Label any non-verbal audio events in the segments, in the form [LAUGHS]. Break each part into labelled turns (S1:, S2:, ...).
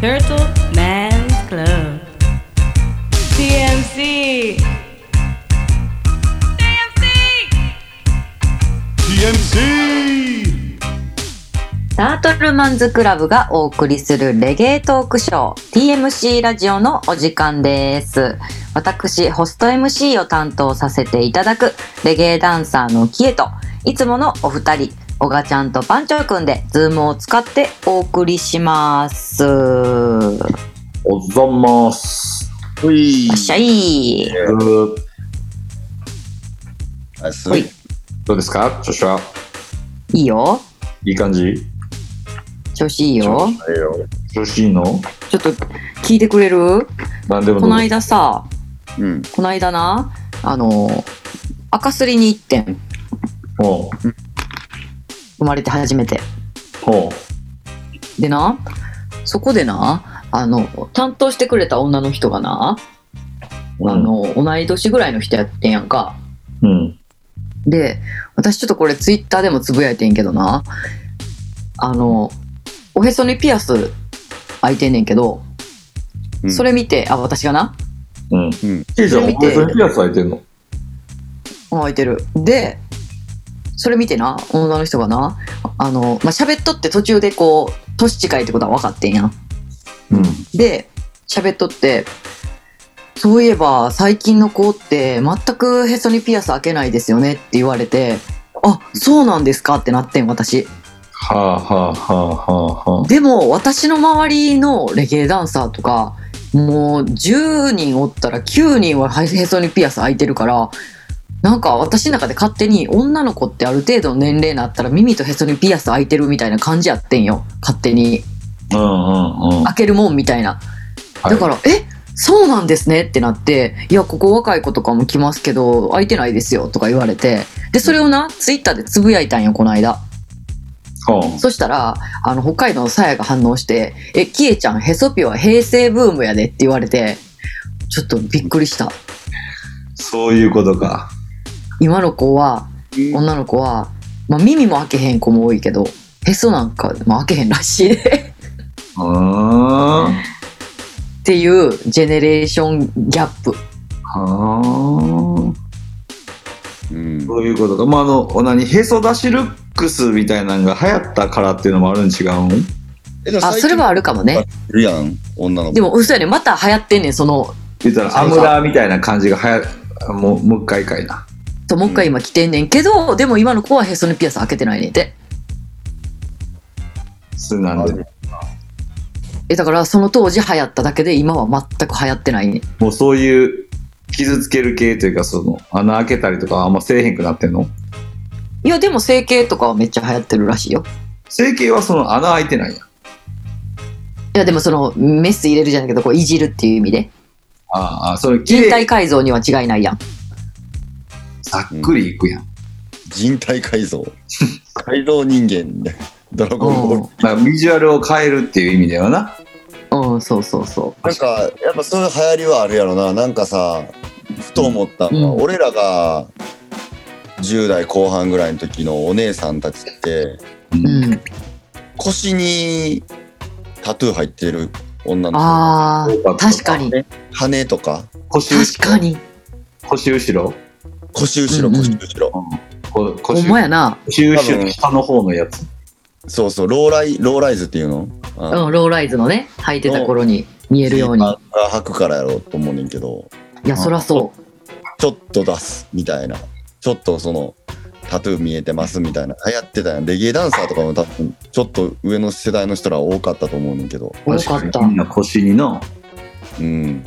S1: Turtle Man Club. TMC.
S2: TMC!
S3: タートルマンズクラブがお送りするレゲエトークショー TMC ラジオのお時間です。私、ホスト MC を担当させていただくレゲエダンサーのキエと、いつものお二人、オガちゃんとパンチョくんで、ズームを使ってお送りします。い
S4: おっざんます。
S5: ほい
S3: らっしゃい。
S4: ど
S5: あす
S3: ほいう
S4: ですか調子はい
S3: いよ。
S4: いい感じ
S3: 調子いいよ。
S5: ええよ
S4: 調子いいの
S3: ちょっと聞いてくれる
S4: 何でも
S3: こ
S4: ど
S3: の
S4: うぞ
S3: 間さ、
S5: うん
S3: この間な、あの、赤すりに行ってん。
S4: ほう
S3: 生まれて初めて。
S4: ほ
S3: でなそこでなあの担当してくれた女の人がな、
S4: う
S3: あの同い年ぐらいの人やってんやんか
S4: うん
S3: で私ちょっとこれツイッターでもつぶやいてんけどなあのおへそにピアス開いてんねんけど、
S5: うん
S3: それ見てあ私がな
S4: うん
S5: うん
S4: ちいちゃんお
S3: 見て
S4: 前それピアス開いてんの
S3: あ開いてるでそれ見てな女の人がなあの、まあ、喋っとって途中でこう年近いってことは分かってんやん
S4: うん
S3: で喋っとってそういえば最近の子って全くへそにピアス開けないですよねって言われてあそうなんですかってなってん私
S4: はあはあはあはあは
S3: でも私の周りのレゲエダンサーとかもう10人おったら9人はへそにピアス開いてるからなんか私の中で勝手に女の子ってある程度の年齢になったら耳とへそにピアス開いてるみたいな感じやってんよ勝手に
S4: あうんうんうん
S3: 開けるもんみたいな
S4: はい
S3: だから、えそうなんですねってなって、いや、ここ若い子とかも来ますけど、空いてないですよとか言われて、で、それをな、ツイッターでつぶやいたんよ、この間。
S4: ほう
S3: そしたら、あの、北海道のさやが反応して、え、キエちゃん、へそピは平成ブームやでって言われて、ちょっとびっくりした。
S4: そういうことか
S3: 今の子は、
S5: うん
S3: 女の子は、まあ、耳も開けへん子も多いけど、へそなんか、まあ、開けへんらしいね
S4: うーん
S3: っていう、ジェネレーションギャップ。
S4: はあ
S5: うん
S4: そういうことかまああの何へそ出しルックスみたいなのが流行ったからっていうのもあるん違うん
S5: えでも
S3: あ、
S5: 最近
S3: それはあるかもね。
S5: いるやん女の子
S3: でも、嘘やねんまた流行ってんねん、その、
S4: 言ったらアムラーみたいな感じがはやもうもう一回かいな
S3: ともう一回今来てんねんけど、でも今の子はへそにピアス開けてないねんて
S4: そうなんで
S3: えだからその当時流行っただけで今は全く流行ってないねん
S4: もうそういう傷つける系というかその穴開けたりとかあんませえへんくなってんの
S3: いやでも整形とかはめっちゃ流行ってるらしいよ
S4: 整形はその穴開いてないやん
S3: いやでもそのメス入れるじゃないけどこういじるっていう意味で
S4: ああそれ綺
S3: 人体
S4: 麗
S3: 改造には違いないやん
S4: ざっくりいくやん、
S5: 人体改
S3: [LAUGHS]
S5: 造改造人間ねドラゴンボール
S3: う、
S4: だからビジュアルを変えるっていう意味ではなん
S3: うん、そうそうそ
S5: なんかやっぱそういう流行りはあるやろななんかさふと思ったのは、
S3: うん
S5: 俺らが10代後半ぐらいの時のお姉さんたちって
S3: ううん
S5: 腰にタトゥー入ってる女の子
S3: あー確かに
S5: 羽とか
S4: 腰
S3: 確
S4: 後
S3: か
S4: ろ
S3: に
S4: 腰後ろ
S5: 腰後ろ
S3: うんうん
S5: 腰後ろ、
S4: こ
S3: ほ
S4: 腰
S3: んまやな
S4: 腰後ろの下の方のやつ
S5: そうそうローライローライズっていうのあ
S3: うんローライズのね履いてた頃に見えるように
S5: スニーカーが履くからやろうと思うねんけど
S3: いやそらそう
S5: ちょっと出すみたいなちょっとそのタトゥー見えてますみたいな流行ってたやんレゲエダンサーとかも多分ちょっと上の世代の人ら多かったと思うねんけど
S3: 多かった
S4: みんな腰にの
S5: うん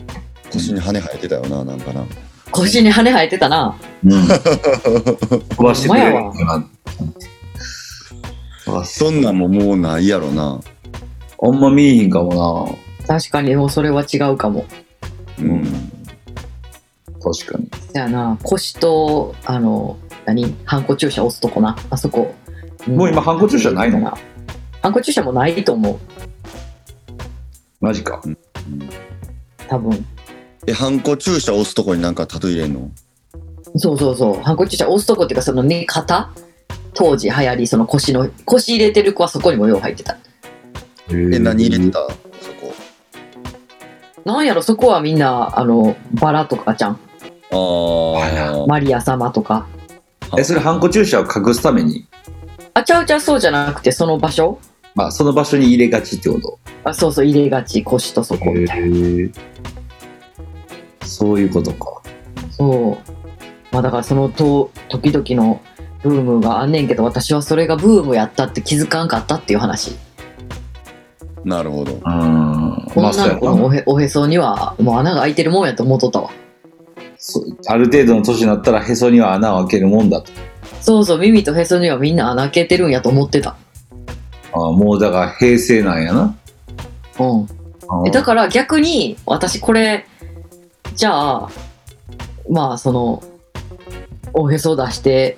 S5: 腰に羽生えてたよななんかな
S3: 腰に羽生えてたな
S4: うん飛ばしてくれるような
S5: そんなんももうないやろな
S4: あんま見えへんかも
S3: 確かにでもそれは違うかも
S5: う
S4: なうんん確かに
S3: じゃあな腰とあの何ハンコ注射押すとこなあそこ
S4: もう今ハンコ注射ないの
S3: ハンコ注射もないと思う
S4: マジか
S3: 多分
S5: えハンコ注射押すとこになんかタトゥー入れんの
S3: そうそうそうハンコ注射押すとこっていうかそのね型当時流行りその腰の腰入れてる子はそこにもよう入ってた
S4: え
S5: え何入れてたそこ
S3: なんやろそこはみんなあのバラとかじゃん
S5: あ
S3: マリア様とか
S5: あ
S4: え、それ、ハンコ注射を隠すために、
S3: あちゃうちゃうそうじゃなくてその場所
S4: まあ、その場所に入れがちってこと
S3: あそうそう入れがち腰とそこみたいな
S4: そういうことか。
S3: そうまあだからそのと時々のブームがあんねんけど私はそれがブームやったって気づかんかったっていう話
S5: なるほど
S4: うーん。まあ、そ
S3: 女
S4: うや
S3: の子の
S4: な
S3: おへおへそにはもう穴が開いてるもんやと思っとったわ
S4: そうある程度の年になったら、へそには穴を開けるもんだと。
S3: そうそう耳とへそにはみんな穴開けてるんやと思ってた
S4: ああもうだから平成なんやな。
S3: うん
S4: あ
S3: え
S4: あ
S3: だから逆に私これじゃあまあそのおへそ出して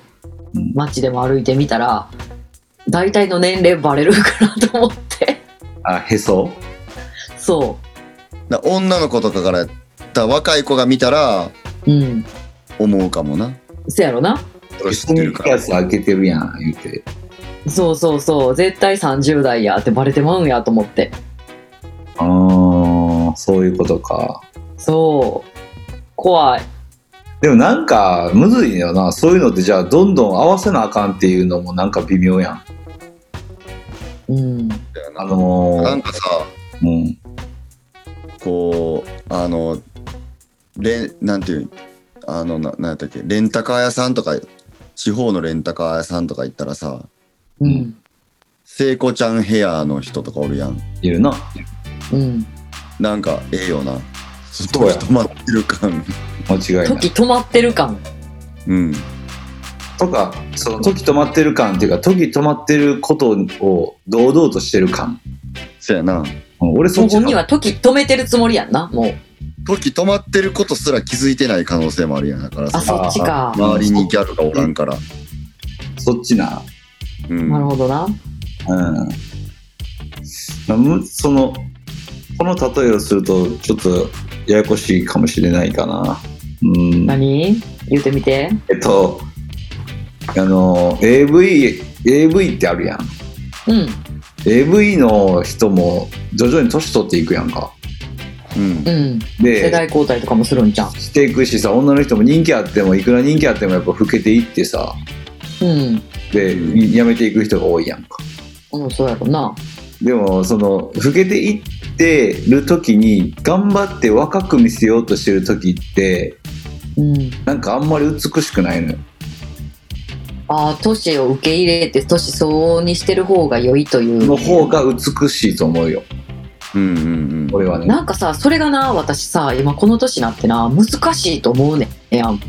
S4: うん
S3: 街でも歩いてみたら大体の年齢バレるかなと思って
S4: あ、へそ
S3: そ
S5: な女の子とかからやった若い子が見たら
S3: ううん
S5: 思うかもな
S3: そやろな
S5: それ知ってるか
S4: ピア
S5: ら
S4: ス開けてるやん、言うて。
S3: そうそうそう絶対30代やってバレてまうんやと思って
S4: ああ、そういうことか。
S3: そう怖い
S4: でもなんか、むずいよな。そういうのって、じゃあ、どんどん合わせなあかんっていうのもなんか微妙やん。
S3: うん
S4: あの
S5: なん
S4: ー、
S5: かさ
S4: うん。
S5: こうあのレなんていうあのななんやったっけレンタカー屋さんとか地方のレンタカー屋さんとか行ったらさ
S3: うん
S5: 聖子ちゃんヘアの人とかおるやん
S4: いるな。
S3: うん
S5: なんかええよなずっと
S4: そうや
S5: 止まってる感
S4: 間違いない。
S3: 時止まってる感
S5: うん
S4: とか、その時止まってる感っていうか、時止まってることを堂々としてる感。
S5: そやな
S4: うん俺そ
S3: も
S4: っ
S3: う
S4: ち
S3: 本人は時止めてるつもりやんなもう
S5: 時止まってることすら気づいてない可能性もあるやんだから
S3: あ
S5: さ
S3: そっちか
S5: 周りにギャルがおらんから、
S4: そっちな。
S5: うん、
S3: なるほどな
S4: うんむ。その、この例えをすると、ちょっとややこしいかもしれないかな。うん。
S3: 何言うてみて
S4: えっと、あの、AV、AV ってあるやん。
S3: うん
S4: AV の人も徐々に年取っていくやんか。
S5: うん
S3: うん
S4: で、
S3: 世代交代とかもするんじゃん
S4: していくしさ女の人も人気あってもいくら人気あってもやっぱ老けていってさ
S3: うん
S4: で辞めていく人が多いやんか
S3: うんそうやろな
S4: でもその老けていってる時に頑張って若く見せようとしてる時って
S3: うん
S4: なんかあんまり美しくないのよ
S3: ああ年を受け入れて年相応にしてる方が良いという
S4: の方が美しいと思うよ
S5: うんうんうん
S4: 俺はね
S3: なんかさそれがな私さ今この年になってな難しいと思うねんやん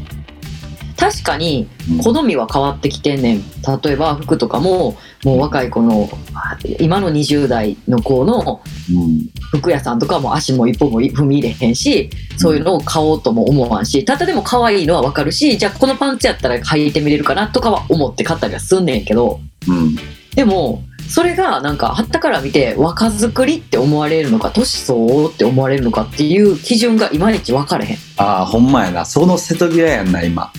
S3: 確かに
S4: うん
S3: 好みは変わってきてんねん例えば服とかももう若い子のあ今の20代の子の
S4: うん
S3: 服屋さんとかも足も一歩も踏み入れへんしそういうのを買おうとも思わんし、ただでも可愛いのはわかるしじゃあこのパンツやったら履いてみれるかなとかは思って買ったりはすんねんけど
S4: うん
S3: でもそれがなんかはったから見て若作りって思われるのか年相応って思われるのかっていう基準がいまいち分かれへん。
S4: ああほんまやなその瀬戸際やんな今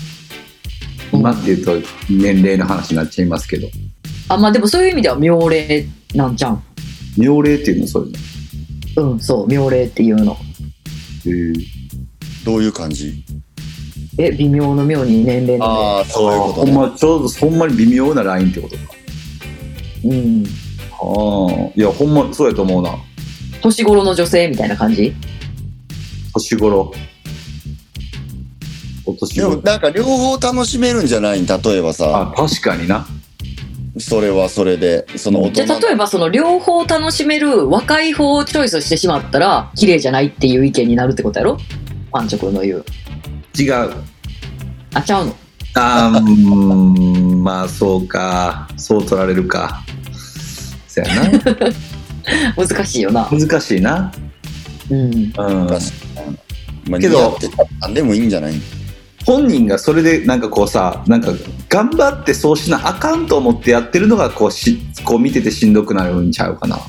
S4: 今っていうと年齢の話になっちゃいますけど
S3: あまあでもそういう意味では妙齢なんじゃん。
S4: 妙齢っていうのそういうの
S3: うんそう妙齢っていうの。
S5: どういう感じ
S3: え微妙の妙に年齢の
S5: ああそういうことね
S4: ほんまちょうどほんまに微妙なラインってことか
S3: 齢。うん
S4: ああいやほんまそうやと思うな
S3: 年頃の女性みたいな感じ
S4: 年頃お年
S5: でも
S4: 頃
S5: なんか両方楽しめるんじゃない例えばさ
S4: あ確かにな
S5: それはそれでその大
S3: じ
S5: 人
S3: ゃあ例えばその両方楽しめる若い方をチョイスしてしまったら綺麗じゃないっていう意見になるってことやろパンチョ君の言う。
S4: 違う
S3: あちゃうの。
S4: [LAUGHS] あーうーんまあそうかそう取られるかそやな
S3: 難しいよな。
S4: 難しいな
S3: うん。
S4: うん
S5: 確まあ、
S4: け
S5: け
S4: ど
S5: ど何でもいいんじゃない
S4: 本人がそれでなんかこうさなんか頑張ってそうしなあかんと思ってやってるのがこうしこう見ててしんどくなるんちゃうかな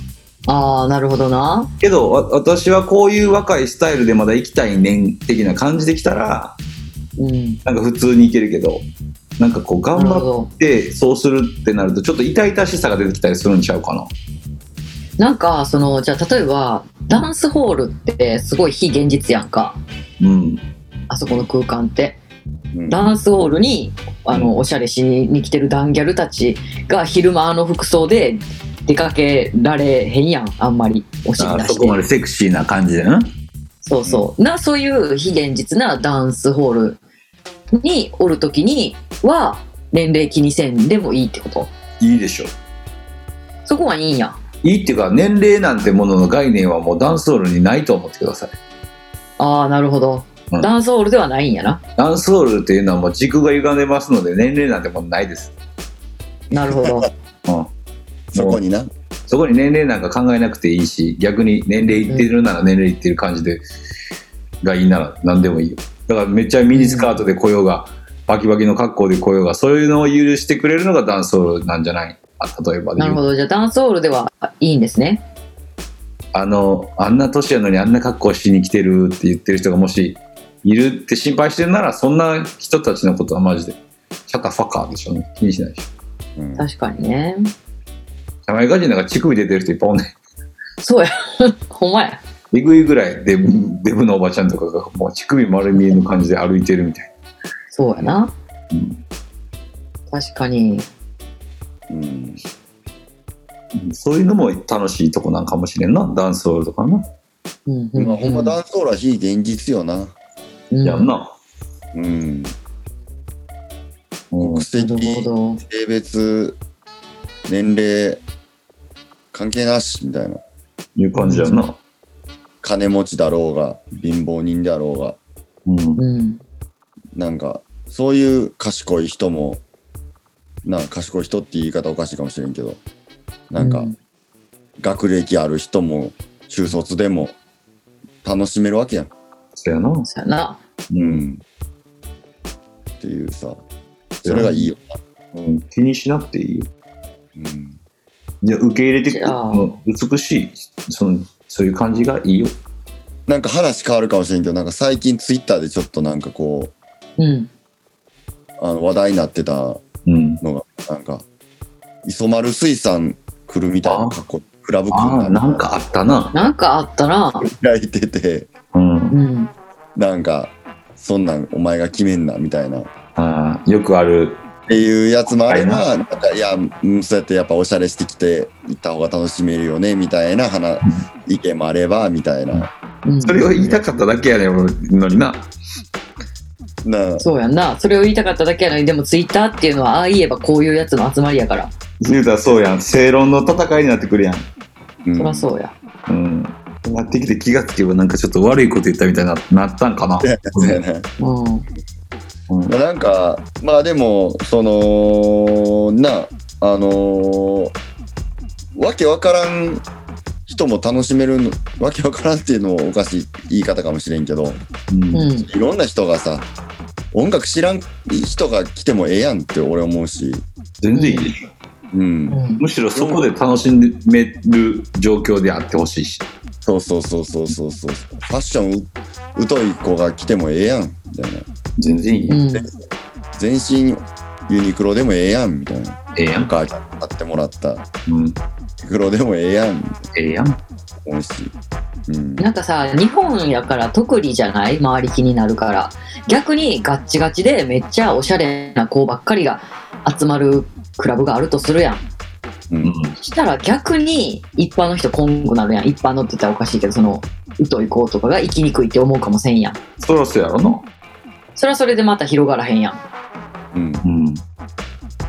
S3: ああなるほどな。
S4: けどわ私はこういう若いスタイルでまだ生きたい年的な感じできたら
S3: うん。
S4: なんか普通にいけるけどなんかこう頑
S3: なるほ
S4: 張っ
S3: ど。
S4: てそうするってなるとちょっと痛々しさが出てきたりするんちゃうかな
S3: なんかそのじゃあ例えばダンスホールってすごい非現実やんか
S4: うん
S3: あそこの空間って
S5: うん
S3: ダンスホールにあのおしゃれしに来てるダンギャルたちが昼間あの服装で出かけられへんやんあんまりお尻
S4: あ
S3: 出
S4: そこまで
S3: して
S4: セクシーな感じでな
S3: そうそうなそういう非現実なダンスホールにおる時には年齢気にせんでもいいってこと
S4: いいでしょ
S3: そこはいいんや
S4: いいっていうか年齢なんてものの概念はもうダンスホールにないと思ってください
S3: ああなるほど、
S4: うん
S3: ダンスホールではないんやな
S4: ダンスホールっていうのはもう軸が歪んでますので年齢なんてもうないです、
S3: なるほど
S4: うん、
S5: そこにな
S4: そこに年齢なんか考えなくていいし逆に年齢いってるなら年齢いってる感じで、がいいなら何でもいいよだからめっちゃミニスカートで来ようが、バキバキの格好で来ようがそういうのを許してくれるのがダンスホールなんじゃないあ例えばで
S3: な
S4: 言
S3: る
S4: う
S3: ほどじゃあダンスホールではいいんですね
S4: あのあんな年やのにあんな格好しに来てるって言ってる人がもしいるって心配してるならそんな人たちのことはマジでシャタファカーでしょ気にしないでしょ
S5: うん
S3: 確かにね
S4: ジャマイカ人なんか乳首出てる人いっぱいおんねん
S3: そうや [LAUGHS] ほんまや
S4: えぐいぐらいデブデブのおばちゃんとかがもう乳首丸見えの感じで歩いてるみたい
S3: そうやな
S4: な、うん
S3: 確かに
S5: うん
S4: そういうのも楽しいとこなんかもしれんなダンスホールとかな、
S3: うんう
S5: まあほんまダンスホールは非現実よな
S3: うん
S4: やんな、
S5: うん
S4: うん
S5: 国籍
S3: なるほど
S5: 性別年齢関係なしみたいな
S4: いう感じやんな、
S5: 金持ちだろうが貧乏人であろうが
S4: うん、
S3: うん
S5: なんかそういう賢い人もなんか賢い人って言い方おかしいかもしれんけどなんか
S3: うん
S5: 学歴ある人も中卒でも楽しめるわけやん。
S4: そうやな
S3: そうやな
S5: うん、っていうさそれがいいよな。
S4: うん、気にしなくていいよ
S5: うん
S4: いや受け入れて
S3: じ
S4: く
S3: ゃあ
S4: うん美しいそのそういう感じがいいよ
S5: なんか話変わるかもしれんけどなんか最近ツイッターでちょっとなんかこう
S3: うん
S5: あの話題になってた
S4: うん
S5: のがなんか磯丸水産来るみたいな格好クラブ
S4: あ
S5: 来
S4: あ
S5: る
S4: なんかあったな
S3: なんかあったな
S5: 開いてて
S4: う
S3: う
S4: ん
S3: ん
S5: なんかそんなんお前が決めんなみたいな
S4: あーよくある
S5: っていうやつもあれば、な
S4: は
S5: んかいや、うんそうやってやっぱおしゃれしてきて行った方が楽しめるよねみたいな話意見もあればみたいな。
S3: うん
S4: それを言いたかっただけやねんのにな
S5: な
S3: そうやんなそれを言いたかっただけやのにでもツイッターっていうのはああ言えばこういうやつの集まりやから
S4: 言うたらそうやん正論の戦いになってくるやん
S5: うん
S3: そりゃそうや
S4: うん、なってきて気がつけばなんかちょっと悪いこと言ったみたいにななったんか [LAUGHS] な。
S5: そうやね
S3: うん
S4: うん
S5: まあなんかまあでもそのなあのーわけわからん人も楽しめるのわけわからんっていうのもおかしい言い方かもしれんけど
S4: うん
S3: うん
S5: いろんな人がさ音楽知らん人が来てもええやんって俺思うし、
S4: 全然いいでしょ
S5: うん
S3: う、ん
S4: むしろそこで楽しめる状況であってほしいし、
S5: そうそうそうそうそうそう。ファッションう疎い子が来てもええやんみたいな。
S4: 全然いい。
S3: うん
S5: 全身ユニクロでもええやんみたいな。
S4: ええや
S5: なん
S4: ん。
S5: か買ってもらったユ
S4: うん、
S5: ニクロでもええやんって
S4: ええやん。
S5: 思うし。うん。
S3: なんかさ日本やから特にじゃない周り気になるから逆にガッチガチでめっちゃおしゃれな子ばっかりが集まるクラブがあるとするやん
S5: うん。
S3: したら逆に一般の人こんくなるやん一般のって言ったらおかしいけどその疎い子とかが生きにくいって思うかもせんやん
S4: そろそろやろな。
S3: それはそれでまた広がらへんやん
S5: うん。
S4: うん。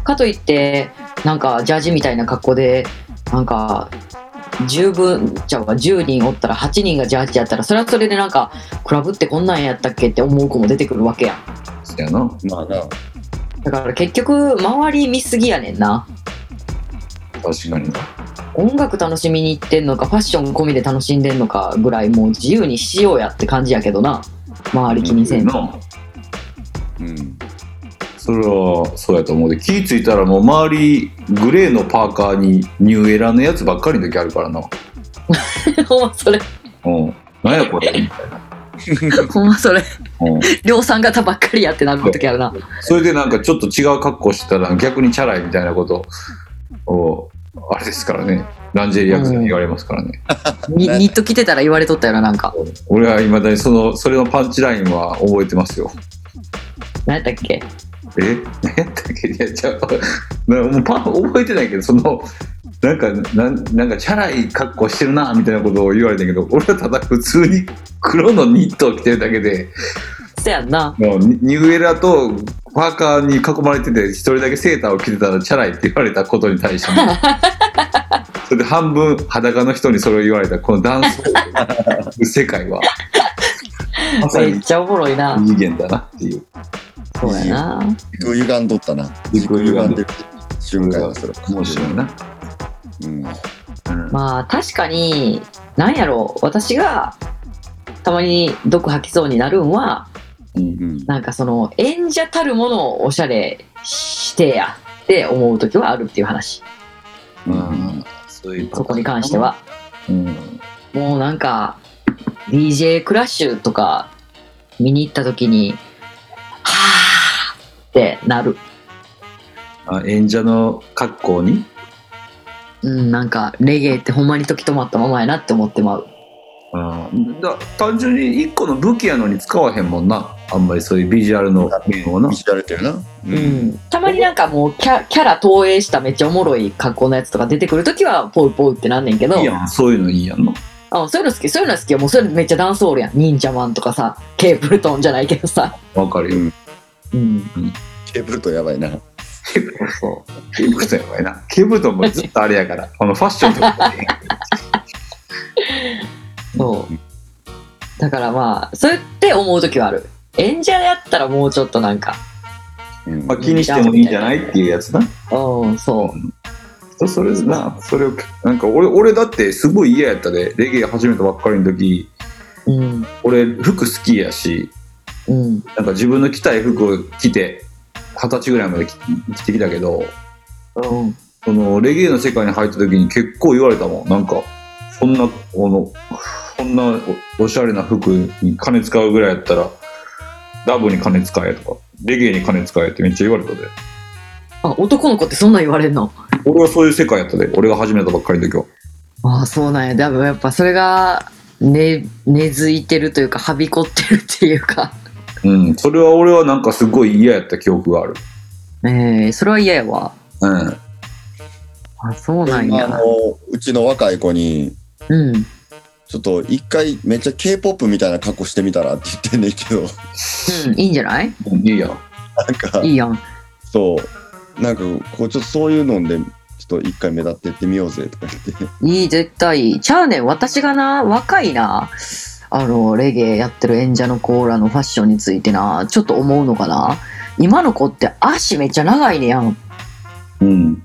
S3: かといってなんかジャージみたいな格好でなんか十分ちゃうか10人おったら8人がジャージやったらそれはそれでなんかクラブってこんなんやったっけって思う子も出てくるわけやん
S4: そやな。
S5: まあな。
S3: だから結局周り見すぎやねんな
S4: 確かにな。
S3: 音楽楽しみに行ってんのかファッション込みで楽しんでんのかぐらいもう自由にしようやって感じやけどな周り気にせんの
S4: な
S5: うん。
S4: それはそうやと思うで気ぃついたらもう周りグレーのパーカーにニューエラのやつばっかりの時あるからな。
S3: [LAUGHS] ほんまそれ
S4: うん。なんやこれみたいな。
S3: ほんまそれ
S4: うん
S3: 量産型ばっかりやってなる時あるな
S4: それでなんかちょっと違う格好してたら逆にチャラいみたいなことをあれですからねランジェリアクザに言われますからね。
S3: ニニット着てたら言われとったよな、なんか。
S4: 俺はいまだにその、それのパンチラインは覚えてますよ。
S3: 何やったっけ
S4: え [LAUGHS] 何やったっけいや、じゃあ、なもうパン覚えてないけど、その、なんか、なんなんか、チャラい格好してるな、みたいなことを言われたけど、俺はただ普通に黒のニットを着てるだけで、
S3: そやんな。
S4: もうニニューエラとパーカーに囲まれてて、一人だけセーターを着てたらチャラいって言われたことに対しても、それで半分裸の人にそれを言われた、このダンスの世界は、まさ
S3: めっ
S4: に
S3: ちゃおもろいな。
S4: 異次元だなっていう。
S3: そうやな。
S5: 軸歪んどったな。
S4: 軸歪んで
S5: でる瞬間がそれ。
S4: 面白いな。
S5: うん。は
S4: うん
S3: まあ確かに、なんやろう、私がたまに毒吐きそうになるんは、
S5: うん
S3: なんかその演者たるものをおしゃれしてやって思う時はあるっていう話。
S5: うん
S4: そういう
S3: そこに関しては。
S4: うん
S3: もうなんか、DJ クラッシュとか見に行った時に、はぁーってなる。
S4: あ演者の格好に
S3: うん、なんかレゲエってほんまに時止まったままやなって思ってまう。
S4: あだ単純に一個の武器やのに使わへんもんなあんまりそういうビジュアルの面をな
S5: 見せられてるな。うん。
S3: ん、たまになんかもうキャキャラ投影しためっちゃおもろい格好のやつとか出てくるときはポウポウってなんねんけど
S4: いいやんそういうのいいやんの
S3: あそういうの好きそういうの好きよもうそれめっちゃダンスオールやん忍者マンとかさケーブルトンじゃないけどさ、
S4: わかるよ
S3: うん、
S5: ケーブルとやばいな。
S4: ケブルトンケブルトンやばいなケブルトンもずっとあれやからあのファッションとかね [LAUGHS]
S3: そうだからまあそうやって思うときはある演者やったらもうちょっとなんか
S5: うん
S4: まあ気にしてもいいんじゃないっていうやつな
S3: うんそう
S4: 人それぞれなそれをなんか俺俺だってすごい嫌やったでレゲエ始めたばっかりの時
S3: うん
S4: 俺服好きやし
S3: うん
S4: なんか自分の着たい服を着て二十歳ぐらいまで着着てきたけど
S3: うん
S4: そのレゲエの世界に入った時に結構言われたもんなんかそんなこのそんなおおしゃれな服に金使うぐらいやったらダブに金使えとかレゲエに金使えってめっちゃ言われたで
S3: あ男の子ってそんなん言われんの
S4: 俺はそういう世界やったで俺が始めたばっかりの時は
S3: ああそうなんや多分やっぱそれが根根付いてるというかはびこってるっていうか
S4: うんそれは俺はなんかすごい嫌やった記憶がある
S3: [LAUGHS] ええそれは嫌やわ
S4: うん
S3: あそうなん
S5: あ
S3: や
S5: のうちの若い子に、
S3: うん
S5: ちょっと一回めっちゃ K-POP みたいな格好してみたらって言ってんねんけど、な
S3: うんいいんじゃない
S4: いいやん
S5: んか、
S3: いいやん
S5: そう、なんかこうちょっとそういうので、ちょっと一回目立ってってみようぜとか言って。
S3: いい、絶対いい。ちゃうねん、私がな、若いな、あの、レゲエやってる演者のコーラのファッションについてな、ちょっと思うのかな。今の子って足めっちゃ長いねやん。
S4: うん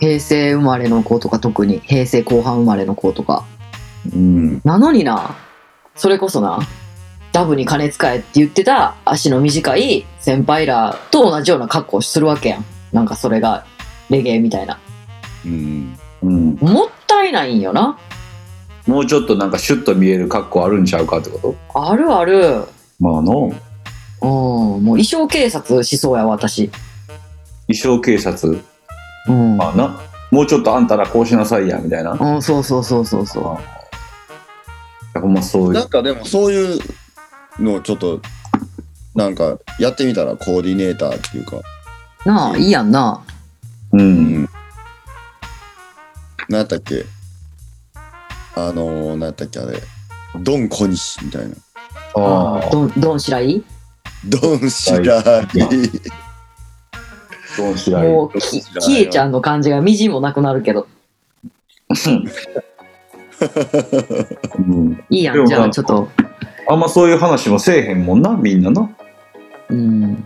S3: 平成生まれの子とか特に、平成後半生まれの子とか。
S4: うん
S3: なのにな、それこそな、ダブに金使えって言ってた足の短い先輩らと同じような格好をするわけやん。なんかそれがレゲエみたいな。
S5: うん。
S4: うん
S3: もったいないんよな。
S4: もうちょっとなんかシュッと見える格好あるんちゃうかってこと
S3: あるある。
S4: まあな衣
S3: うん、もう衣装警察しそうやわ私。
S4: 装警察
S3: うん。
S4: まあなもうちょっとあんたらこうしなさいやみたいな
S3: うん、そうそうそうそうそ
S4: ほんまそうい
S5: な
S4: うん
S5: かでもそういうのをちょっと、なんかやってみたらコーディネーターっていうか、
S3: う。なあ、いいやんな。
S4: うん
S5: なんやったっけあのー、なんやったっけあれ。ドン小西みたいな。
S4: ああ
S3: どん、どんしらい
S5: ドン白井。
S4: どうしらい
S3: もう、き、きえちゃんの感じがみじんもなくなるけど。
S4: うん
S3: いいや
S4: で
S3: ん、
S4: も
S3: じゃ
S4: ま
S3: あ
S4: あ
S3: ちょっと。
S4: あんまそういう話もせえへんもんなみんなな、
S3: うん。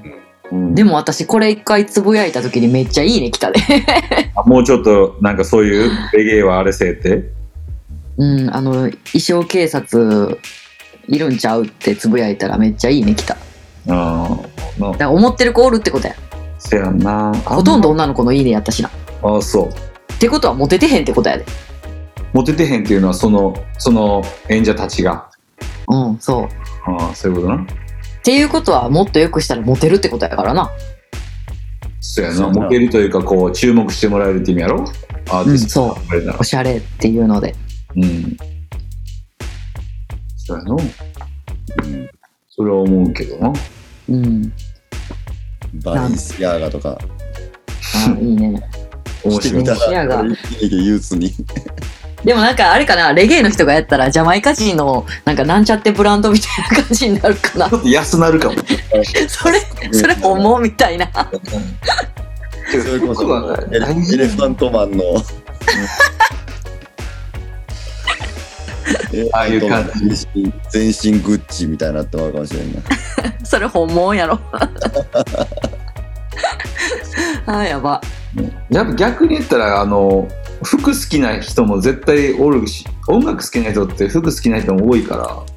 S4: うん
S3: でも私、これ一回つぶやいた時にめっちゃいいね来たで。 [LAUGHS]
S4: あもうちょっとなんかそういうレゲエはあれせえって
S3: うん、あの、衣装警察、いるんちゃうってつぶやいたらめっちゃいいね来た。だか
S4: ああな
S3: ら思ってる子おるってことや。
S4: せやんな
S3: ほとんど女の子のいいねやったしな。っ
S4: ああそう
S3: てことはモテてへんってことやで。
S4: モテてへんっていうのはそのその演者たちが
S3: うん、そう。
S4: ああそういうことな
S3: っていうことはもっと良くしたらモテるってことやからな。
S4: そうや
S5: そう
S4: な
S5: やな
S4: モテるというかこう注目してもらえるって意味やろアーティスト
S3: うんそ
S4: あれなら
S3: おしゃれっていうので。
S4: うんそうやのうんそれは思うけどな
S3: うん。
S5: バリスヤーガとか、
S3: あーいいね。
S4: 面
S5: して
S4: 白い
S5: みた
S3: シ
S5: [LAUGHS]
S3: ヤ
S5: ら、
S3: ガ
S5: 一気に憂鬱に。
S3: でもなんかあれかな、レゲエの人がやったらジャマイカ人のなんかなんちゃってブランドみたいな感じになるかな
S4: ち。ょっと安なるかも
S3: それ、それ本物みたいな。
S4: そ
S5: それこ
S4: 僕は
S5: そエレエレファントマン
S4: [LAUGHS]
S5: の。エレフ
S4: ああい
S5: ァン
S4: う
S5: トマン
S4: 感じ
S5: 全身全身グッチみたいになってもらうかもしれんな
S3: それ本物やろ。あーやば。
S4: やっぱ逆に言ったらあの服好きな人も絶対おるし音楽好きな人って服好きな人も多いから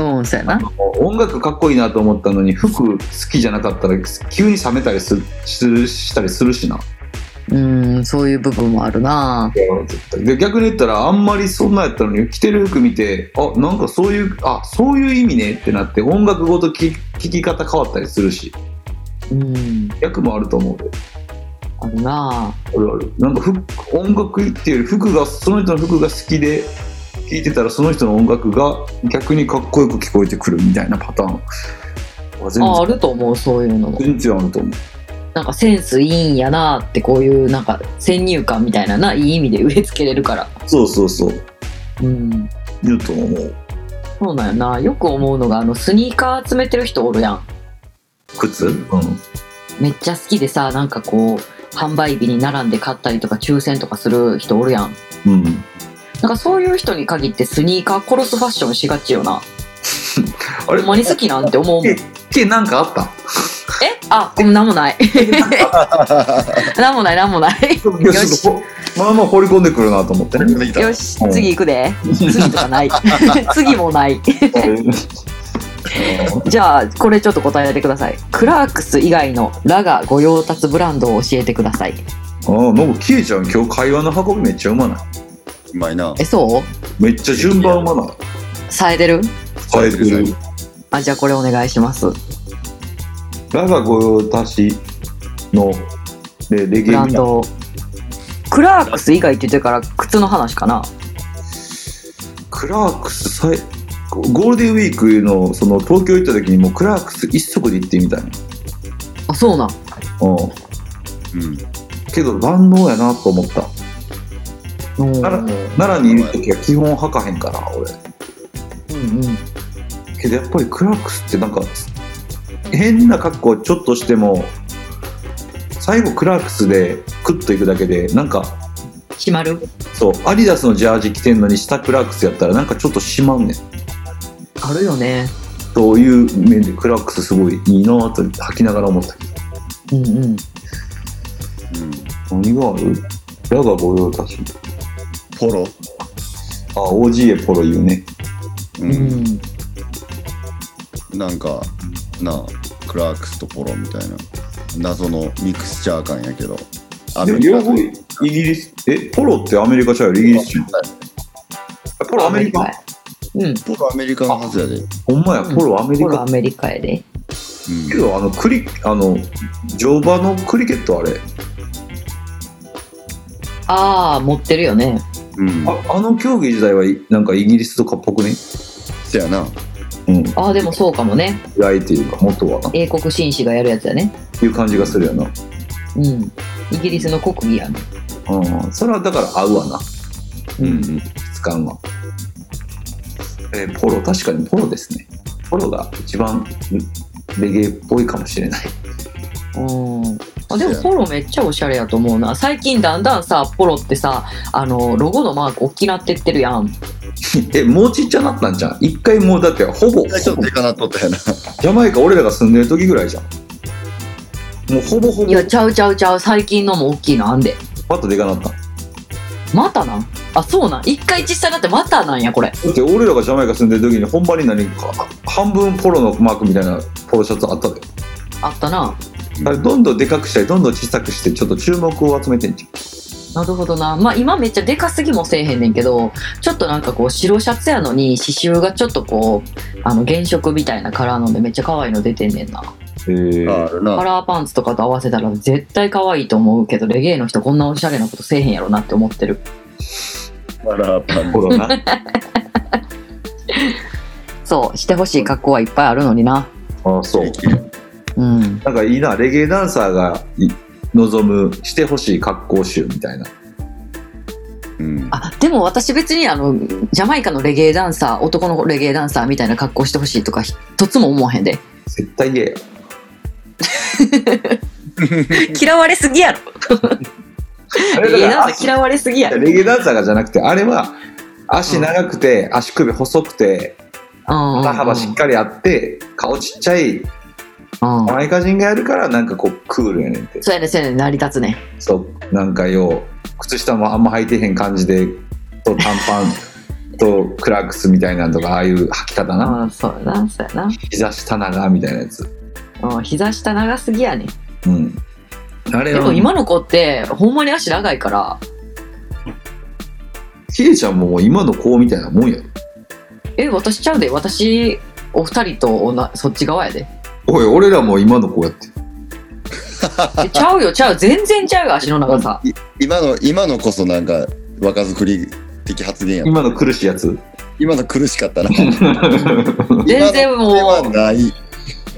S3: うん、そうやな。
S4: 音楽かっこいいなと思ったのに服好きじゃなかったら急に冷めたりするするしたりするしな
S3: うん、そういう部分もあるな。
S4: 絶対で逆に言ったらあんまりそんなんやったのに着てる服見てあなんかそういうあそういう意味ねってなって音楽ごとき聞き方変わったりするし
S3: うん、
S4: 逆もあると思うで
S3: あるな。
S4: あるあるなんか服音楽っていうより服がその人の服が好きで聴いてたらその人の音楽が逆にかっこよく聞こえてくるみたいなパターンは全
S3: あ
S4: 然
S3: あると思う、そういうのも。
S4: 全然あると思う
S3: なんかセンスいいんやなって、こういうなんか先入観みたいなな、いい意味で植え付けれるから。
S4: そうそうそう
S3: うん。
S4: 言うと思う
S3: そうなんやな。よく思うのが、あの、スニーカー集めてる人おるやん。
S4: 靴うん
S3: めっちゃ好きでさ、なんかこう、販売日に並んで買ったりとか、抽選とかする人おるやん。
S4: うん
S3: なんかそういう人に限ってスニーカー殺すファッションしがちよな。
S4: [LAUGHS] あれ
S3: ほんまに好きなんて思うもん。
S4: え
S3: え
S4: けなんかあった
S3: あ、うんなんも
S4: [LAUGHS]
S3: ない。なんもない、なんもない。よし、
S4: まあまあ掘り込んでくるなと思ってね。
S3: よし
S4: うん、
S3: 次行くで。次とか
S4: [LAUGHS]
S3: ない。次もない。じゃあ、これちょっと答えてください。クラークス以外のラが御用達ブランドを教えてください。
S4: ああ、なんかキエちゃん今日会話の運びめっちゃうまない。
S5: うまいな
S3: え、そう
S4: めっちゃ順番うまない。
S3: 冴えてる
S4: 変えてる。
S3: あ、じゃあこれお願いします。
S4: ラが御用達のレレゲ
S3: ブ
S4: エ
S3: ラン
S4: みたい
S3: ド。クラークス以外って言ってるから靴の話かな。
S4: クラークスさえゴールデンウィークのその東京行った時にもうクラークス一足で行ってみたいな。
S3: あ、そうなん。
S4: うん。
S5: うん
S4: けど万能やなと思った。
S3: うんうん
S4: 奈良奈良にいる時は基本履かへんから俺。
S3: うん。
S4: けどやっぱりクラックスってなんか変な格好ちょっとしても最後クラックスでクッといくだけでなんか
S3: 決まる
S4: そうアディダスのジャージ着てんのに下クラックスやったらなんかちょっと締まんねん
S3: あるよね。
S4: という面でクラックスすごいいいなぁと履きながら思ったけ
S3: うんうん。
S5: うん
S4: ど何があるラが御用達
S5: ポロ
S4: あ OGA ポロ言うね
S5: う
S3: うんん。
S5: なんかなあクラークスとポロみたいな謎のミクスチャー感やけどア
S4: でも両方イギリスえポロってアメリカちゃうよりイギリスちゃうポロアメリカ
S3: やうん。
S5: ポロアメリカのはずやでうん
S4: ほんまやポロアメリ
S3: これ
S4: カ
S3: アメリカやで。
S4: けどあのクリあの乗馬のクリケットあれ
S3: ああ、持ってるよね。
S5: うん
S4: ああの競技自体はいなんかイギリスとかっぽくね
S5: せやな
S4: うん
S3: ああ、でもそうかもね。
S4: 由来っていうか元はな
S3: 英国紳士がやるやつやね。
S4: いう感じがするよな
S3: うん。イギリスの国技やね。
S4: うんそれはだから合うわな
S5: うん
S4: 質感は、えーポロ確かにポロですねポロが一番レゲエっぽいかもしれない [LAUGHS]
S3: うん。あでもポロめっちゃおしゃれやと思うな。最近だんだんさ、ポロってさ、あの、ロゴのマーク大きなってってるやん。
S4: えもうちっちゃなったんじゃん一回もうだってほぼほぼ
S5: ちょっと
S4: ジ
S5: でかなっとったやな
S4: ャマイカ俺らが住んでる時ぐらいじゃんもうほぼほぼ
S3: いや、ちゃうちゃうちゃう。最近のも大きいのあんで。
S4: パッとでかなった
S3: またなんあ、そうなん。一回小さいなってまたなんや、これ。
S4: だって俺らがジャマイカ住んでる時にほんまに何か半分ポロのマークみたいなポロシャツあったで、
S3: あったな。
S4: あれどんどんでかくしたりどんどん小さくしてちょっと注目を集めてんじ
S3: なるほどな。まあ今めっちゃでかすぎもせえへんねんけど、ちょっとなんかこう白シャツやのに刺繍がちょっとこう、あの原色みたいなカラーのでめっちゃ可愛いの出てんねんな。
S4: え
S5: があ
S4: ー、
S5: る
S3: カ
S5: な。
S3: ラーパンツとかと合わせたら絶対可愛いと思うけど、レゲエの人こんなおしゃれなことせえへんやろなって思ってる。
S5: カラーパ
S4: [LAUGHS]
S5: ン
S4: ほらな。
S3: そう、してほしい格好はいっぱいあるのにな。
S4: あそう。
S3: うん。
S4: なんかいいな、レゲエダンサーがい望む、してほしい格好集みたいな。
S5: うん。
S3: あ、でも私別にあの、ジャマイカのレゲエダンサー、男のレゲエダンサーみたいな格好してほしいとか一つも思わへんで。
S4: 絶対言えよ。
S3: 嫌われすぎやろ。
S4: あ
S3: レ
S4: れ
S3: ゲエ
S4: だ
S3: ダ
S4: から
S3: ンサー嫌われすぎや
S4: 足
S3: ろ。
S4: レゲエダンサーがじゃなくて、あれは足長くて、足首細くて、
S3: うん
S4: 肩幅しっかりあって、顔ちっちゃい、
S3: うん
S4: アメリカ人がやるからなんかこうクールやねんって。
S3: そうやね、そうやね、成り立つね。
S4: そう、なんかよう、靴下もあんま履いてへん感じで、と短パ
S3: [LAUGHS]
S4: ンとクラックスみたいなのとか、ああいう履き方な。
S3: うん、そうやな、そうや
S4: 膝下長みたいなやつ。
S3: な。うん、膝下長すぎやね。
S4: うん。あれ
S3: で
S4: は
S3: も今の子って、ほんまに足長いから、
S4: ひでちゃんももう今の子みたいなもんやろ。
S3: え、私ちゃうで、私、お二人とおなそっち側やで。
S4: おい、俺らも今の子やって。
S3: えちゃうよ、ちゃうよ、全然ちゃうよ、足の長さ。
S5: 今の、今のこそなんか若作り的発言やな。
S4: 今の苦しいやつ。
S5: 今の苦しか
S4: [LAUGHS]
S5: ったな。
S3: 全然もう
S5: 今の手はない。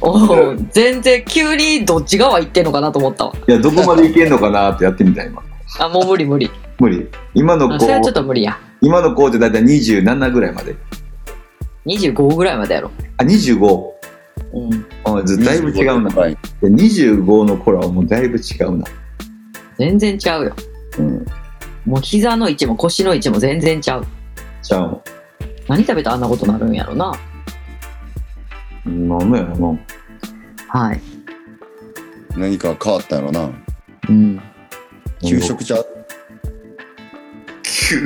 S3: おう全然急にどっち側行ってんのかなと思ったわ。
S4: いや、どこまでいけんのかなってやってみた、今。
S3: あ、もう無理無理。
S4: 無理。今の
S3: あ
S4: 子
S3: それ、はちょっと無理や。
S4: 今の子ってだいたい27ぐらいまで。
S3: 25ぐらいまでやろ。
S4: あ、25。
S3: うん。
S4: あずだいぶ違うな。
S5: はい
S4: で25の頃はもうだいぶ違うな。
S3: 全然ちゃうよ。
S4: うん。
S3: もう膝の位置も腰の位置も全然ちゃう。
S4: ちゃうん。
S3: 何食べたらあんなことなるんやろな。
S4: なんだよな。
S3: はい。
S5: 何か変わったんやろな。
S3: うん。
S5: 給食ちゃう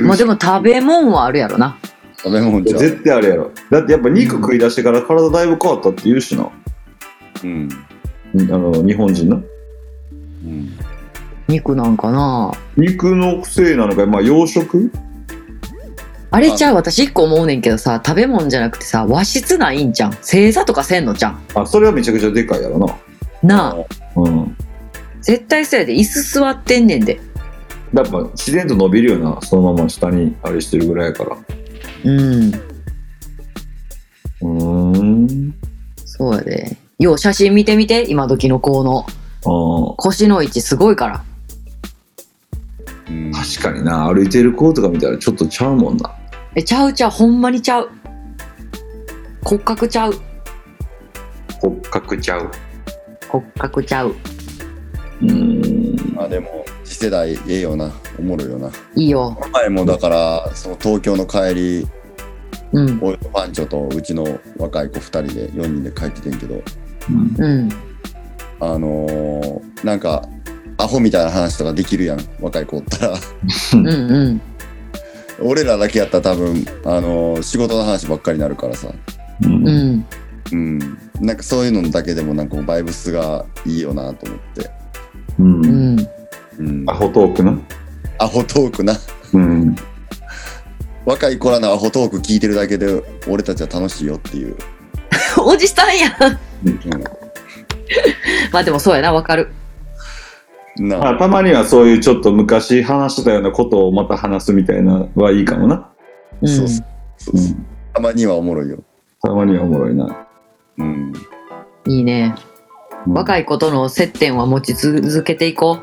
S3: まあでも食べ物はあるやろな。
S5: 食べ物ちゃう
S4: 絶対あれやろ。だってやっぱ肉食い出してから体だいぶ変わったって言うしな。
S5: うん。
S4: にあの日本人な。
S5: うん。
S3: 肉なんかな。
S4: 肉のせいなのか、まあ洋食
S3: あれちゃう私一個思うねんけどさ食べ物じゃなくてさ和室ないんじゃん正座とかせんのじゃん
S4: あ、それはめちゃくちゃでかいやろな。
S3: なあ
S4: うん。
S3: 絶対そうやで椅子座ってんねんで
S4: やっぱ自然と伸びるよな。そのまま下にあれしてるぐらいやから。う
S3: うん
S4: ーん。
S3: そうやでよう写真見てみて今時の子の
S4: あ
S3: 腰の位置すごいから
S5: うん
S4: あ。確かにな。歩いてる子とか見たらちょっとちゃうもんな。
S3: えちゃうちゃうほんまにちゃう骨格ちゃう
S4: 骨格ちゃう。
S3: 骨格ちゃう
S4: うーん。
S5: まあでも次世代ええよなおもろいよない
S3: いよ
S5: 前もだからその東京の帰り
S3: うん
S5: おいとパンチョとうちの若い子2人で4人で帰っててんけど
S4: うん
S3: うん
S5: あのー、なんかアホみたいな話とかできるやん若い子おったら
S3: うんうん
S5: 俺らだけやったら多分、あのー仕事の話ばっかりになるからさ
S4: うん
S3: うん
S5: うんなんかそういうのだけでもなんかこうバイブスがいいよなと思って、
S4: うん
S3: う
S4: うん
S3: ん
S5: うん、
S4: アホトークな。
S5: アホトークな
S4: うん。
S5: 若い子らのアホトーク聞いてるだけで俺たちは楽しいよっていう、
S3: おじさんやん
S5: う
S3: [LAUGHS] まあでもそうやなわかる
S5: ん、な
S4: まあ、たまにはそういうちょっと昔話してたようなことをまた話すみたいなのはいいかもな。
S3: うん
S5: そうそうそうそうたまにはおもろいよ。
S4: たまにはおもろいな。
S5: うん。
S3: いいね若
S4: い。
S3: い子との接点は持ち続けていこ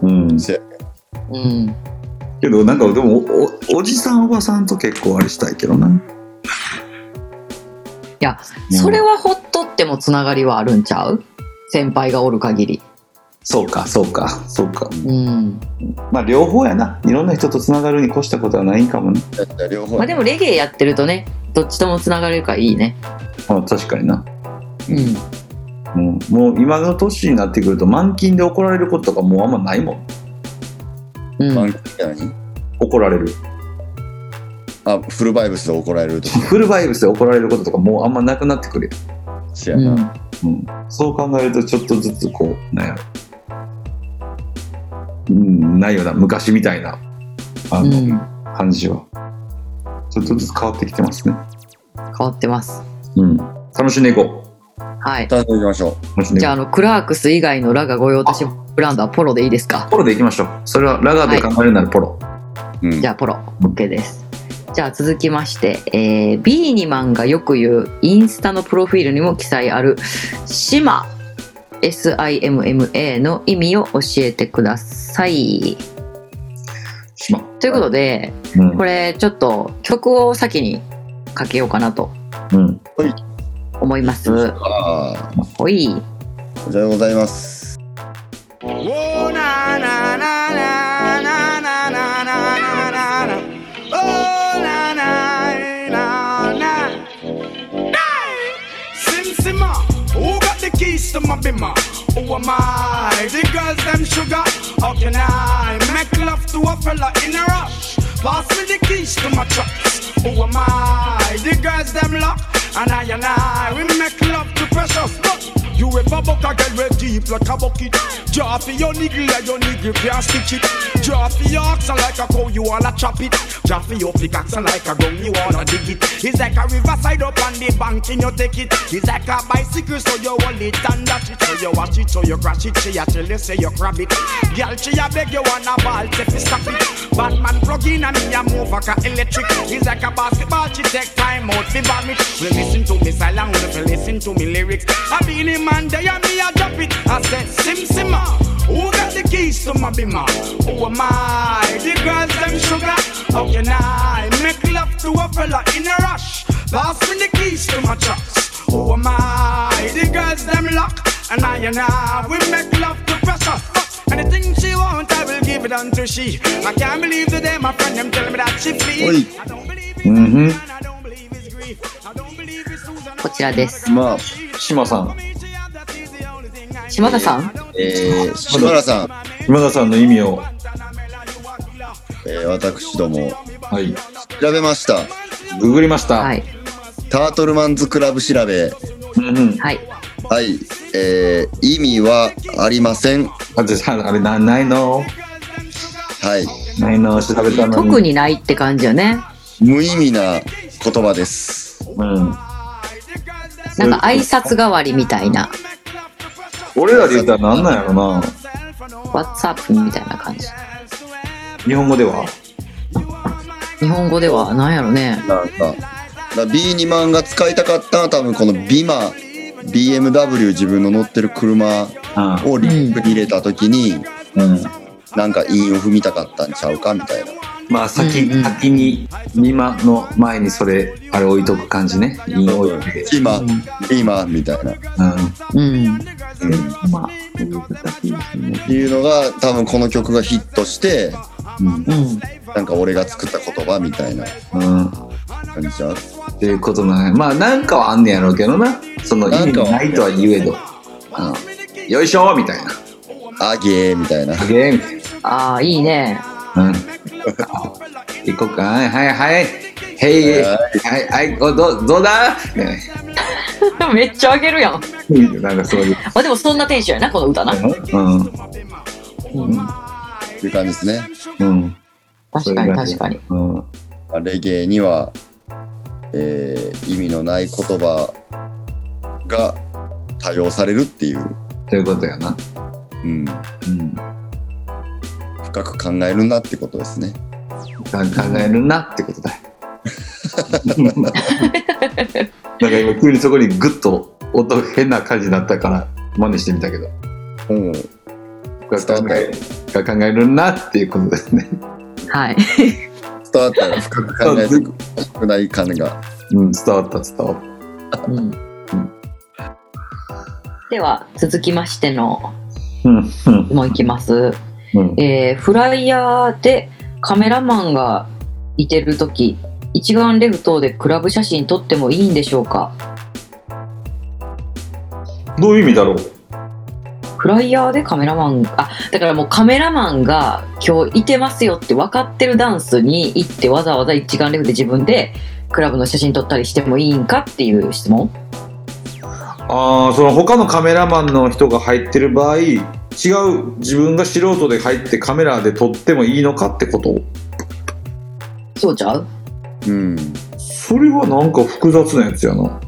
S4: うん。
S5: せ
S3: う。うん。
S4: けどなんかでもおおおじさんおばさんと結構あれしたいけどな。
S3: や
S4: うん、
S3: それはほっとってもつながりはあるんちゃう先輩がおる限り。
S4: そうかそうかそうか。
S3: うん。
S4: まあ両方やな。いろんな人とつながるに越したことはないんかもね。
S5: やったら両方
S3: まあでもレゲエやってるとね、どっちともつながれるからいいね。
S4: あ確かにな。
S3: うん。
S4: うん、もう今の年になってくると満勤で怒られることとかもうあんまないもん。
S3: う
S5: 満
S3: ん。
S5: 喫じゃない
S4: 怒られる。
S5: あ、フルバイブスで怒られると
S4: フルバイブスで怒られることとかもうあんまなくなってくるよ。
S5: しや
S3: う
S5: な。
S3: ん、
S4: うん、そう考えるとちょっとずつこうなんやろうんないよな昔みたいなあ
S3: う
S4: の、
S3: ん、変
S4: 感じはちょっとずつ変わってきてますね、
S3: わってます。
S4: うん、楽しんでいこう
S3: はい。
S5: 楽しみましょ
S3: じゃあ、あの、クラークス以外のラが御用達ブランドはポロでいいですか
S4: ポロでいきましょう。それはラガーで考えるならポロ。
S5: う。うん
S3: じゃあ、ポロ。OK です。じゃあ、続きまして、えー、ビーニマンがよく言う、インスタのプロフィールにも記載ある、シマ SIMMA の意味を教えてください。
S4: しま。
S3: ということで、
S4: うん
S3: こ。れちょっと曲を先にかけようかなと
S4: うん。
S3: 思います。
S5: ああ、
S3: おい。
S5: おはようございます。
S2: Oh na na na na na na na na na na na. Oh na na na na. Simsima, ah, who got the keys to my bimmer? Who am I? The girls them sugar. How can I make love to a fella in a rush? Pass me the keys to my truck. Who am I? The girls them luck. And I and I, we make love to precious but You ever buck a girl with deep like a bucket? Draw for your niggle like your niggle can't stitch it. Draw for your oxen like a cow, you wanna chop it. Draw for your pickaxe like a gun, you wanna dig it. It's like a riverside up on the bank and you take it. It's like a bicycle, so you hold it and that it. So you watch it, so you crash it, she a tell you, say you grab it. Girl, she a beg you wanna ball, take it, stop it. Batman plug in and me a move like a electric. It's like a basketball, she take time out for vomit. We listen to me silent, we listen to me lyrics. I been in man, they and me a drop it. I said, Sim Simma. Who got the keys to my bimmer? Who am I? The girls them sugar. How can I make love to a fella in a rush? Pass me the keys to my trucks. Who am I? The girls them luck. And I and I, we make love to pressure. Anything she want, I will give it unto she. I can't believe the day my friend them tell me that she
S5: Oi.
S2: flee. I don't believe it's
S4: Mhm.
S2: Susan, I don't believe it's grief. I don't believe it's Susan.
S3: こちらです
S5: まあ
S4: 島さん。
S3: 島田さん
S5: えー、島原さん、
S4: 今田さんの意味を。
S5: えー私ども
S4: はい。
S5: 調べました。
S4: ググりました。
S3: はい。
S5: タートルマンズクラブ調べ。
S4: うんうん。
S3: はい。
S5: はい、えー、意味はありません。は
S4: あ、じゃあ、あれ、なないの
S5: い、
S4: ないの調べたのに。
S3: 特。にないって感じよね。
S5: 無意味な言葉です。
S4: うん。
S3: なんか挨拶代わりみたいな、
S4: 俺らで言ったらなんなんやろな。
S3: WhatsApp みたいな感じ。
S4: 日本語では。
S3: 日本語ではなんやろね。
S5: なんか、だから B2 万が使いたかったのは多分このビマ、BMW 自分の乗ってる車
S4: う
S5: をリンクに入れた時に、
S4: ん。うん。
S5: なんか韻を踏みたかったんちゃうかみたいな。
S4: まあ、先、
S3: うんうん
S4: 先に、今の前にそれ、あれ置いとく感じね。いい置いて。
S5: 今、今みたいな。
S4: う
S3: うん。
S5: うん、っ
S4: ん。まあ、難しいですね。
S5: ていうのが多分この曲がヒットして、
S4: うん。
S3: うん。
S5: なんか俺が作った言葉みたいな
S4: うん。
S5: 感じちゃう
S4: っていうことなんやまあなんかはあんねやろうけどなその意味がないとは言えどうんよいしょみたいな
S5: あげーみたいな。
S4: あげーみたい
S3: ああ、いいね。 [LAUGHS]
S4: なうん行こうかはいはいはいへいはいはいおどどうだね
S3: めっちゃあげるやん。
S4: なんかそういう
S3: まあでもそんなテンションやな、この歌な。
S4: うん
S5: っていう感じですね。
S4: うん
S3: 確かに確かに。
S4: うん
S5: まあレゲエには、えー意味のない言葉が多用されるっていう、
S4: ということやな
S5: うん、
S4: うん
S5: 深く考えるなってことですね。
S4: か考えるなってことだよなんか今急にそこにグッと音変な感じになったから真似してみたけど
S5: うん、
S4: が
S5: 伝わっ
S4: 考
S5: た
S4: え
S5: よ
S4: が考えるなっていうことですね。
S3: はい。
S5: 伝わったら深く考えてほしくない感が。
S4: うん、伝わった伝わっ
S3: うんでは、続きましての
S4: た。うん、うん、
S3: もういきます。
S4: うん。
S3: えーフライヤーでカメラマンがいてるとき、一眼レフ等でクラブ写真撮ってもいいんでしょうか
S4: どういう意味だろう。
S3: フライヤーでカメラマン、あ、だからもうカメラマンが今日いてますよって分かってるダンスに行ってわざわざ一眼レフで自分でクラブの写真撮ったりしてもいいんかっていう質問
S4: ああ、その他のカメラマンの人が入ってる場合、違う自分が素人で入ってカメラで撮ってもいいのかってこと。
S3: そうちゃう
S5: うん、
S4: それはなんか複雑なやつやな。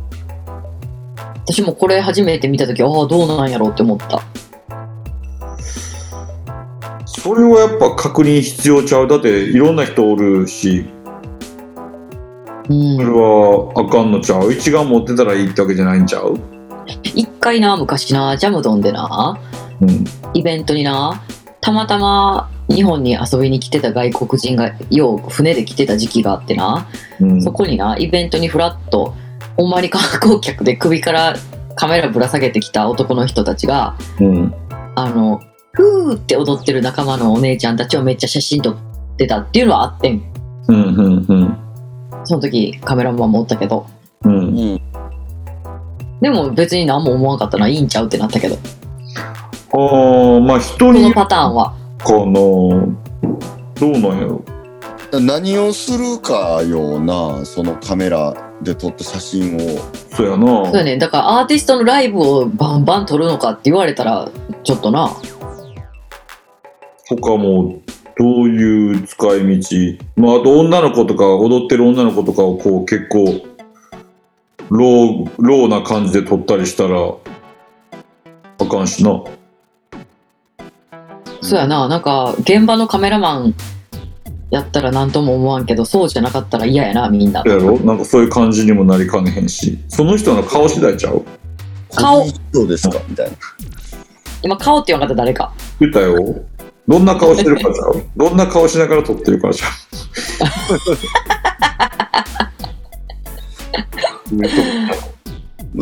S3: 私もこれ初めて見た時ああどうなんやろうって思った
S4: それはやっぱ確認必要ちゃうだっていろんな人おるし
S3: う
S4: それ
S3: ん
S4: はあかんのちゃう一眼持ってたらいいってわけじゃないんちゃう
S3: 一回な昔なジャムドンでな
S4: うん
S3: イベントになたまたま日本に遊びに来てた外国人がよう船で来てた時期があってな
S4: うん
S3: そこにな、イベントにフラッと、ほんまに観光客で首からカメラぶら下げてきた男の人たちが、
S4: うん
S3: あの、ふーって踊ってる仲間のお姉ちゃんたちをめっちゃ写真撮ってたっていうのはあってん。
S4: うんうんうん
S3: その時カメラマンもおったけど。
S4: うん
S5: うん。
S3: でも別に何も思わんかったな、いいんちゃうってなったけど。こ
S4: ああまあ人
S3: の
S4: によるか
S3: パターンは。
S4: などうなんやろ
S5: 何をするかような、そのカメラで撮った写真を。
S4: そうや
S3: そう
S4: な
S3: やね。だからアーティストのライブをバンバン撮るのかって言われたら、ちょっとな。
S4: 他もどういう使い道まああと女の子とか踊ってる女の子とかをこう結構ローローな感じで撮ったりしたらあかんしな
S3: そうやな、なんか現場のカメラマンやったら何とも思わんけど、そうじゃなかったら嫌やな、みんな。
S4: やろなんかそういう感じにもなりかねへんしその人の顔次第ちゃう
S3: 顔
S5: 個人どうですかみたいな。
S3: 今顔って言わなかった誰か
S4: 言ったよどんな顔してるかちゃうどんな顔しながら撮ってるかちゃううん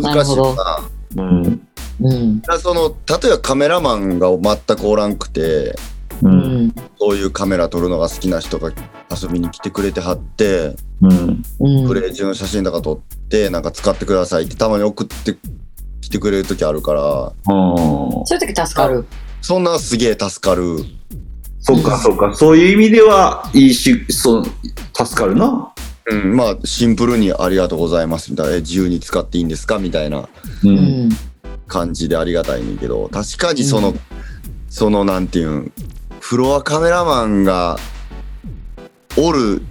S5: 難しい
S3: なる
S5: な。
S3: ほど
S5: だか
S4: うん
S3: うん、
S5: らその、例えばカメラマンが全くおらんくて、
S3: う
S4: う
S3: んん
S5: そういうカメラ撮るのが好きな人が遊びに来てくれてはって、
S4: うん
S3: うん
S5: プレイ中の写真とか撮って、なんか使ってくださいってたまに送ってきてくれる時あるから、
S4: ああ
S3: そういう時助かる
S5: そんなんすげえ助かる。
S4: そうかそうかそういう意味ではいいしそう助かるな
S5: うん、まあシンプルにありがとうございますみたいな、え自由に使っていいんですかみたいな
S4: う
S3: うんん
S5: 感じでありがたいねんけど、確かにその、そのなんていうん、フロアカメラマンがおる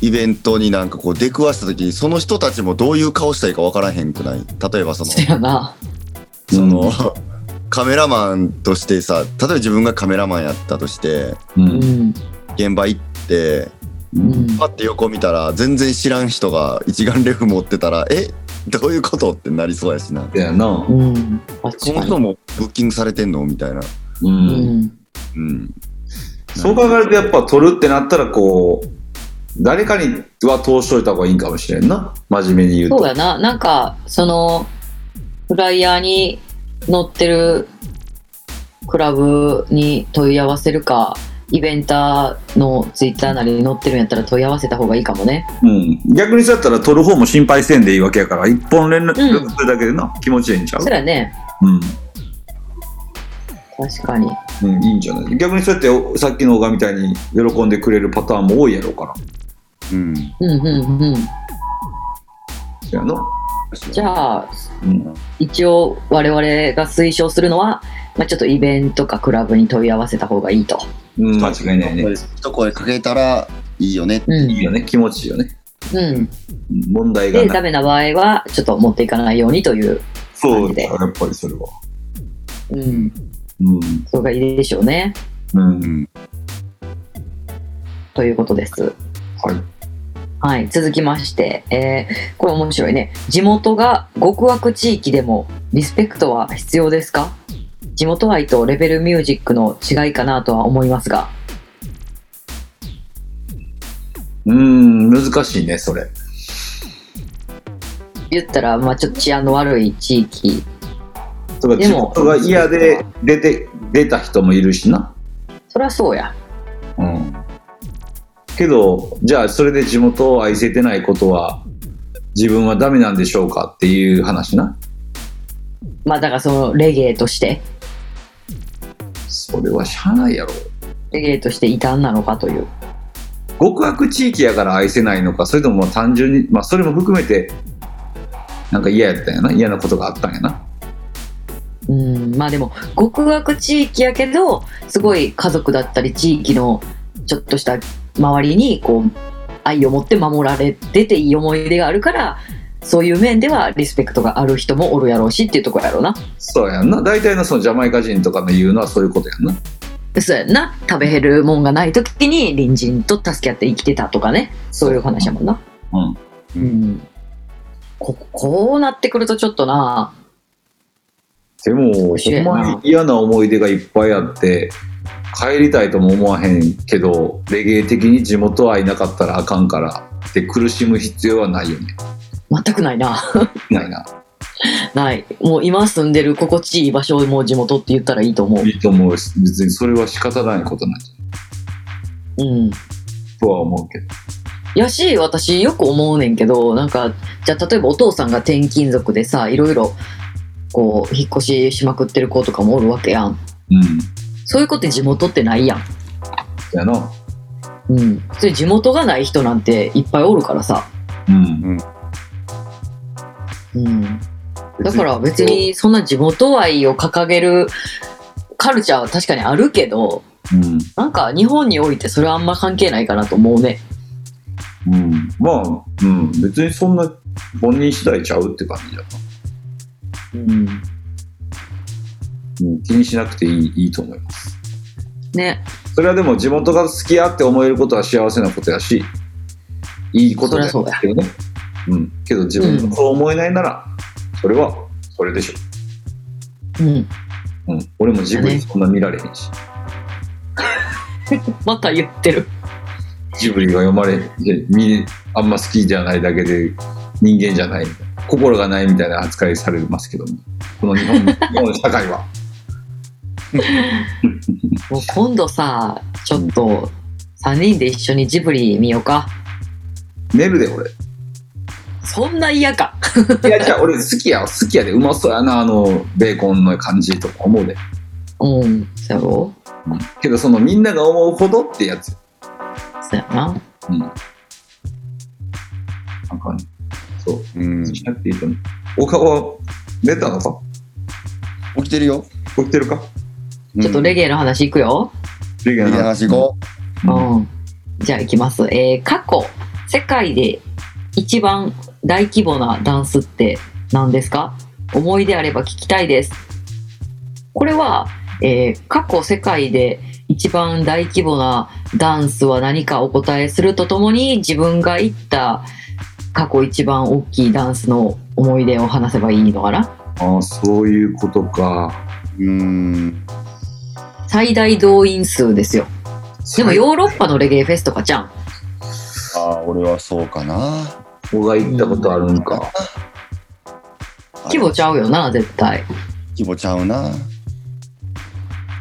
S5: イベントになんかこう出くわした時に、その人たちもどういう顔したらいいかわからへんくない例えばその
S3: そ、やな
S5: その、カメラマンとしてさ、例えば自分がカメラマンやったとして、
S4: う
S3: うんん
S5: 現場行って、
S3: う
S4: う
S3: んん
S5: パッて横見たら全然知らん人が一眼レフ持ってたらえどういうことってなりそうやしな
S4: だよな
S3: うん
S5: そ
S3: 確
S5: の
S3: か
S5: 人
S3: に
S5: もブッキングされてんのみたいな
S4: う
S3: うんん
S5: うん
S4: そう考えるとやっぱ取るってなったらこう誰かには通しといた方がいいんかもしれんな真面目に言うと
S3: そうやななんかそのフライヤーに載ってるクラブに問い合わせるかイベンターのツイッターなりに載ってるんやったら問い合わせた方がいいかもね
S4: うん、逆にそうやったら取る方も心配せんでいいわけやから一本連絡するだけでな、気持ちいいんちゃう
S3: そりゃね
S4: うん
S3: 確かに
S4: うん、いいんじゃない逆にそうやっておさっきの小川みたいに喜んでくれるパターンも多いやろうから
S5: うん
S3: うんうんうん
S4: そやな、
S3: じゃあ
S4: うん、
S3: 一応我々が推奨するのは、まあ、ちょっとイベントかクラブに問い合わせた方がいいと。
S4: うん間違いないね
S5: 一声かけたらいいよね
S3: う
S4: いい
S3: ん。
S4: よね気持ちいいよね
S3: うん、
S4: うん問題が
S3: で、
S4: な
S3: ダ
S4: い
S3: メな場合は、ちょっと持っていかないようにという、
S4: そう
S3: ダメ
S4: だやっぱりそれは
S3: うん、
S4: うん
S3: それがいいでしょうね。
S4: うん
S3: ということです。
S4: はい
S3: はい、続きまして、えーこれ面白いね。地元が極悪地域でもリスペクトは必要ですか地元愛とレベルミュージックの違いかなとは思いますが。
S4: うん難しいねそれ
S3: 言ったら、まあちょっと治安の悪い地域
S4: とか
S3: で
S4: 地
S3: も
S4: 元が嫌で出て出た人もいるしな
S3: そりゃそうや。
S4: うんけどじゃあそれで地元を愛せてないことは自分はダメなんでしょうかっていう話な
S3: まあだからそのレゲエとして、
S4: それはしゃあないやろ
S3: レゲエとして異端なのかという。
S4: 極悪地域やから愛せないのかそれともまあ単純に、まあ、それも含めてなんか嫌やったんやな嫌なことがあったんやな
S3: うん、まあでも、極悪地域やけど、すごい家族だったり地域のちょっとした周りに、こう、愛を持って守られてていい思い出があるから、そういう面ではリスペクトがある人もおるやろうしっていうところやろうな
S4: そうやんな大体のそのジャマイカ人とかの言うのはそういうことやんな
S3: そうやんな食べ減るもんがない時に隣人と助け合って生きてたとかねそういう話やもんな
S4: うん
S3: うんここうなってくるとちょっとな
S4: でも
S3: そう
S4: ほ
S3: や
S4: ん
S3: な
S4: まに嫌な思い出がいっぱいあって帰りたいとも思わへんけどレゲエ的に地元愛なかったらあかんからって苦しむ必要はないよね
S3: 全くないな
S4: ないな
S3: ないもう今住んでる心地いい場所をもう地元って言ったらいいと思う
S4: いいと思うし別にそれは仕方ないことなんじゃない
S3: うん
S4: とは思うけど
S3: やし私よく思うねんけどなんかじゃあ例えばお父さんが転勤族でさいろいろこう引っ越ししまくってる子とかもおるわけやん
S4: うん
S3: そういう子って地元ってないやん
S4: やな
S3: うんそれ地元がない人なんていっぱいおるからさ
S4: うん
S3: うんだから別にそんな地元愛を掲げるカルチャーは確かにあるけど
S4: うん
S3: なんか日本においてそれはあんま関係ないかなと思うね
S4: うん、まあ、うん、別にそんな本人次第ちゃうって感じだな。
S3: うん
S4: うん、気にしなくていいいいと思います。
S3: ね
S4: それはでも地元が好きやって思えることは幸せなことやし、いいことだ
S3: そりゃ
S4: けどね。うん、けど自分がそう思えないなら、それはそれでしょ。
S3: うん
S4: うん、俺も自分にそんな見られへんし、
S3: また言ってる
S4: ジブリが読まれ見あんま好きじゃないだけで人間じゃないみたいな心がないみたいな扱いされますけどもこの日
S3: [LAUGHS]
S4: 本日本の社会は
S3: もう今度さちょっと3人で一緒にジブリ見ようか
S4: 寝るで俺
S3: そんな嫌か
S4: いやじゃあ俺好きや好きやでうまそうやなあのベーコンの感じとか思うで、
S3: うんそうやろ
S4: うんけどそのみんなが思うほどってやつ
S3: そうやな
S4: うんあかんそう
S5: うん
S4: しなくていいと思うお顔は出たのか
S5: 起きてるよ。
S4: 起きてるか
S3: ちょっとレ
S5: ゲ
S3: ゲエの話いくよ
S4: レゲエ
S5: エの
S4: の
S5: 話行こ
S4: うん
S3: うん、じゃあいきます、えー過去世界で一番大規模なダンスって何ですか思い出あれば聞きたいですこれは、えー過去世界で一番大規模なダンスは何かお答えするとともに自分が行った過去一番大きいダンスの思い出を話せばいいのかな
S4: ああそういうことか
S5: う。うん。
S3: 最大動員数ですよでもヨーロッパのレゲエフェスとかじゃん
S5: ああ、俺はそうかな。
S4: 僕が行ったことあるんか、
S3: 規模ちゃうよな絶対
S5: 規模ちゃうな。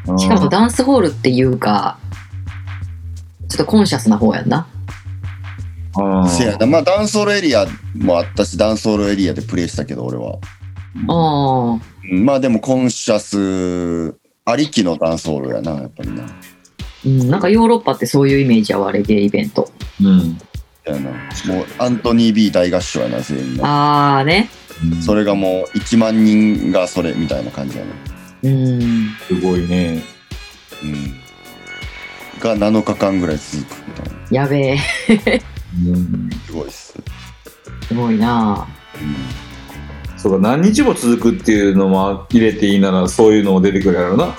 S4: うん
S3: しかもダンスホールっていうか、ちょっとコンシャスな方やんな。
S4: あー
S5: せやな。まあ、ダンスホールエリアもあったし、ダンスホールエリアでプレイしたけど、俺は。
S3: あ
S5: うんまあ、でも、コンシャスありきのダンスホールやな、やっぱりな。
S3: うん、なんかヨーロッパってそういうイメージやわ、レゲエイベント。
S4: うん
S5: せやな。もう、アントニー・ B 大合唱やな、全員な。
S3: あーね。
S5: それがもう、1万人がそれみたいな感じやな。
S3: うん。
S4: すごいね
S5: うん。が7日間ぐらい続くみたいな。
S3: やべえ。
S4: うん
S5: すごいっす。
S3: すごいな
S5: う
S4: そうか何日も続くっていうのも入れていいならそういうのも出てくるやろうな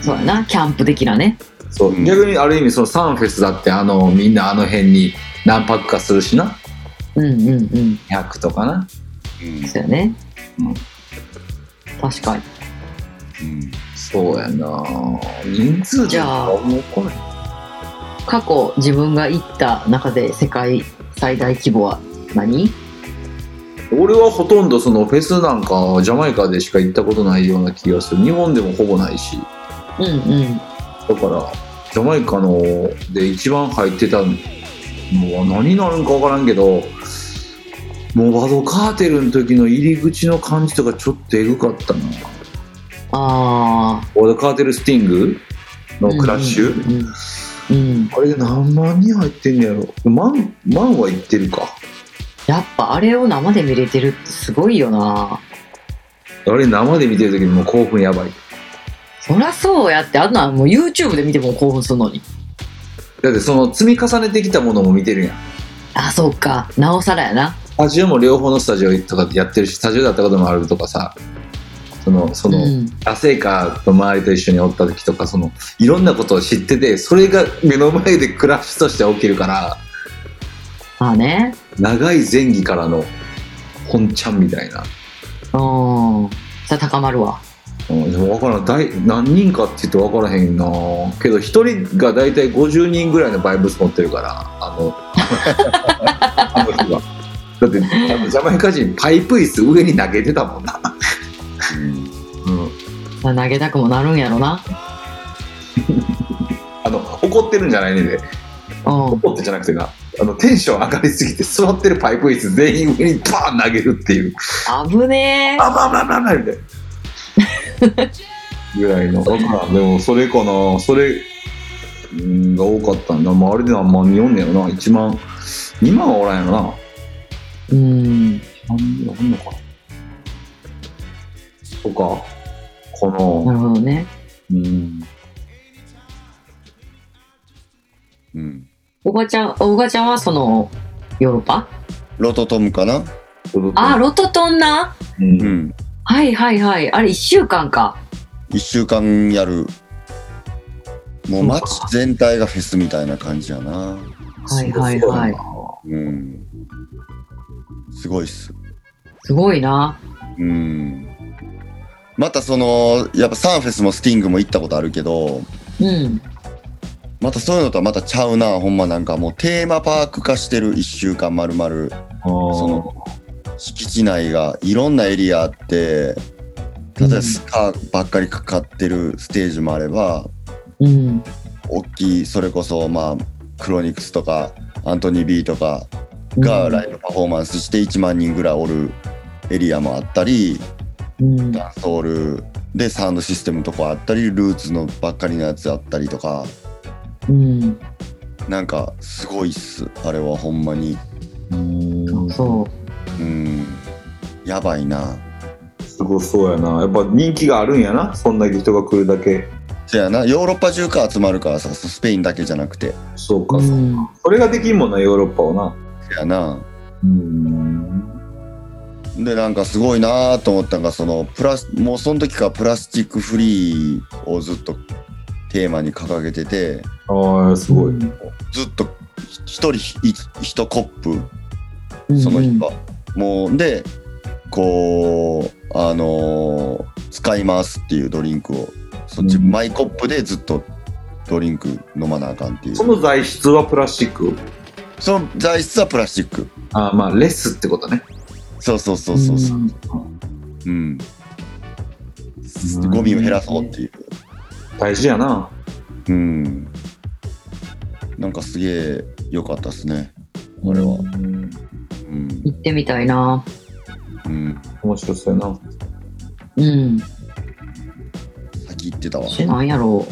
S3: そうやな、キャンプ的なね。
S4: そう、
S5: うん。
S4: 逆にある意味そのサンフェスだってあのみんなあの辺に何泊かするしな
S3: うんうんうん。
S4: 100とかなん
S5: うん
S3: そうやね。
S4: うん
S3: 確かに。
S5: うん
S4: そうやな人数
S3: じゃあ
S4: もうこれ
S3: 過去自分が行った中で世界最大規模は何
S4: 俺はほとんどそのフェスなんかジャマイカでしか行ったことないような気がする日本でもほぼないし
S3: うんうん。
S4: だからジャマイカので一番入ってたのは何になるんか分からんけどもうバドカーテルの時の入り口の感じとかちょっとエグかったな
S3: あ
S4: バドカーテルスティング
S3: ー。
S4: のクラッシュ、
S3: うんうんうん。うん
S4: あれで何万人入ってんねやろ万万は行ってるか
S3: やっぱあれを生で見れてるってすごいよな
S4: あれ生で見てる時にもう興奮やばい
S3: そりゃそうやってあんなんもう YouTube で見ても興奮するのに
S4: だってその積み重ねてきたものも見てるやん
S3: あそうかなおさらやな
S4: タジオも両方のスタジオとかやってるしスタジオだったこともあるとかさそのその、
S3: うん
S4: アセイカの周りと一緒におった時とかそのいろんなことを知っててそれが目の前でクラッシュとして起きるから
S3: まあね。
S4: 長い前期からの本ちゃんみたいな、
S3: うん。それ高まるわ。
S4: うん、でも分からんだい何人かって言って分からへんなけど一人が大体50人ぐらいのバイブス持ってるからあの [LAUGHS] あの人がだってあのジャマイカ人パイプ椅子上に投げてたもんな、うん、
S3: まあ投げたくもなるんやろな。
S4: あの怒ってるんじゃないねんで
S3: うん。
S4: 怒ってじゃなくてなあのテンション上がりすぎて座ってるパイプ椅子全員上にバーン投げるっていう
S3: 危ね
S4: あまあまあまあまあみたいなぐらいのわからんでもそれかなそれうんが多かったんだ、まあ、あれで何万人おんねやろな1万2万はおらんやろな
S3: え。うん。
S4: 何人おんのかなとかこ
S3: な
S4: の
S3: るほどね。
S4: うん
S5: うん。
S3: おがちゃん、おがちゃんはその、ヨーロッパ
S5: ロトトムかな
S3: あ、ロトトンな
S4: うん
S5: うん。
S3: はいはいはい。あれ1週間か。
S5: 1週間やる。もう街
S3: そうか
S5: 全体がフェスみたいな感じやな。
S3: はいはいはい。
S5: うん。すごいっす。
S3: すごいな。
S5: うん。またその、やっぱサンフェスもスティングも行ったことあるけど、
S3: うん。
S5: またそういうのとはまたちゃうな、ほんまなんかもうテーマパーク化してる1週間まるまる。
S4: あ
S5: そ
S4: ー
S5: の敷地内がいろんなエリアあって例えばスカーばっかりかかってるステージもあれば
S3: うん。
S5: 大きいそれこそまあクロニクスとかアントニー・ビーとかがライブパフォーマンスして1万人ぐらいおるエリアもあったり
S3: うん。
S5: ダンスホールでサウンドシステムとかあったりルーツのばっかりのやつあったりとか
S3: うん。
S5: なんかすごいっすあれはほんまに
S4: うん
S3: そ
S5: うんやばいな
S4: すごそうやなやっぱ人気があるんやなそんだけ人が来るだけ
S5: そやなヨーロッパ中から集まるからさスペインだけじゃなくて
S4: そう
S3: う。
S4: か、
S3: うん。
S4: それができんもんなヨーロッパをな
S5: そやな
S4: うん
S5: でなんかすごいなと思ったのがそのプラスもうその時からプラスチックフリーをずっとテーマに掲げてて
S4: ああすごい、
S3: うん
S5: ずっと一人一コップその人は、もうでこうあのー使いますっていうドリンクをそっち、
S4: うん
S5: マイコップでずっとドリンク飲まなあかんっていう
S4: その材質はプラスチック
S5: その材質はプラスチック
S4: ああまあレスってことね
S5: そうそうそうそうそう
S3: うん
S5: うん、ゴミを減らそうっていう
S4: 大事やな
S5: うん。なんかすげえ良かったですね。あれは。
S4: うん
S5: うん。
S3: 行ってみたいな。
S5: うん。
S4: 面白そうやな
S3: うん。
S5: 先言ってたわ。
S3: しなんやろ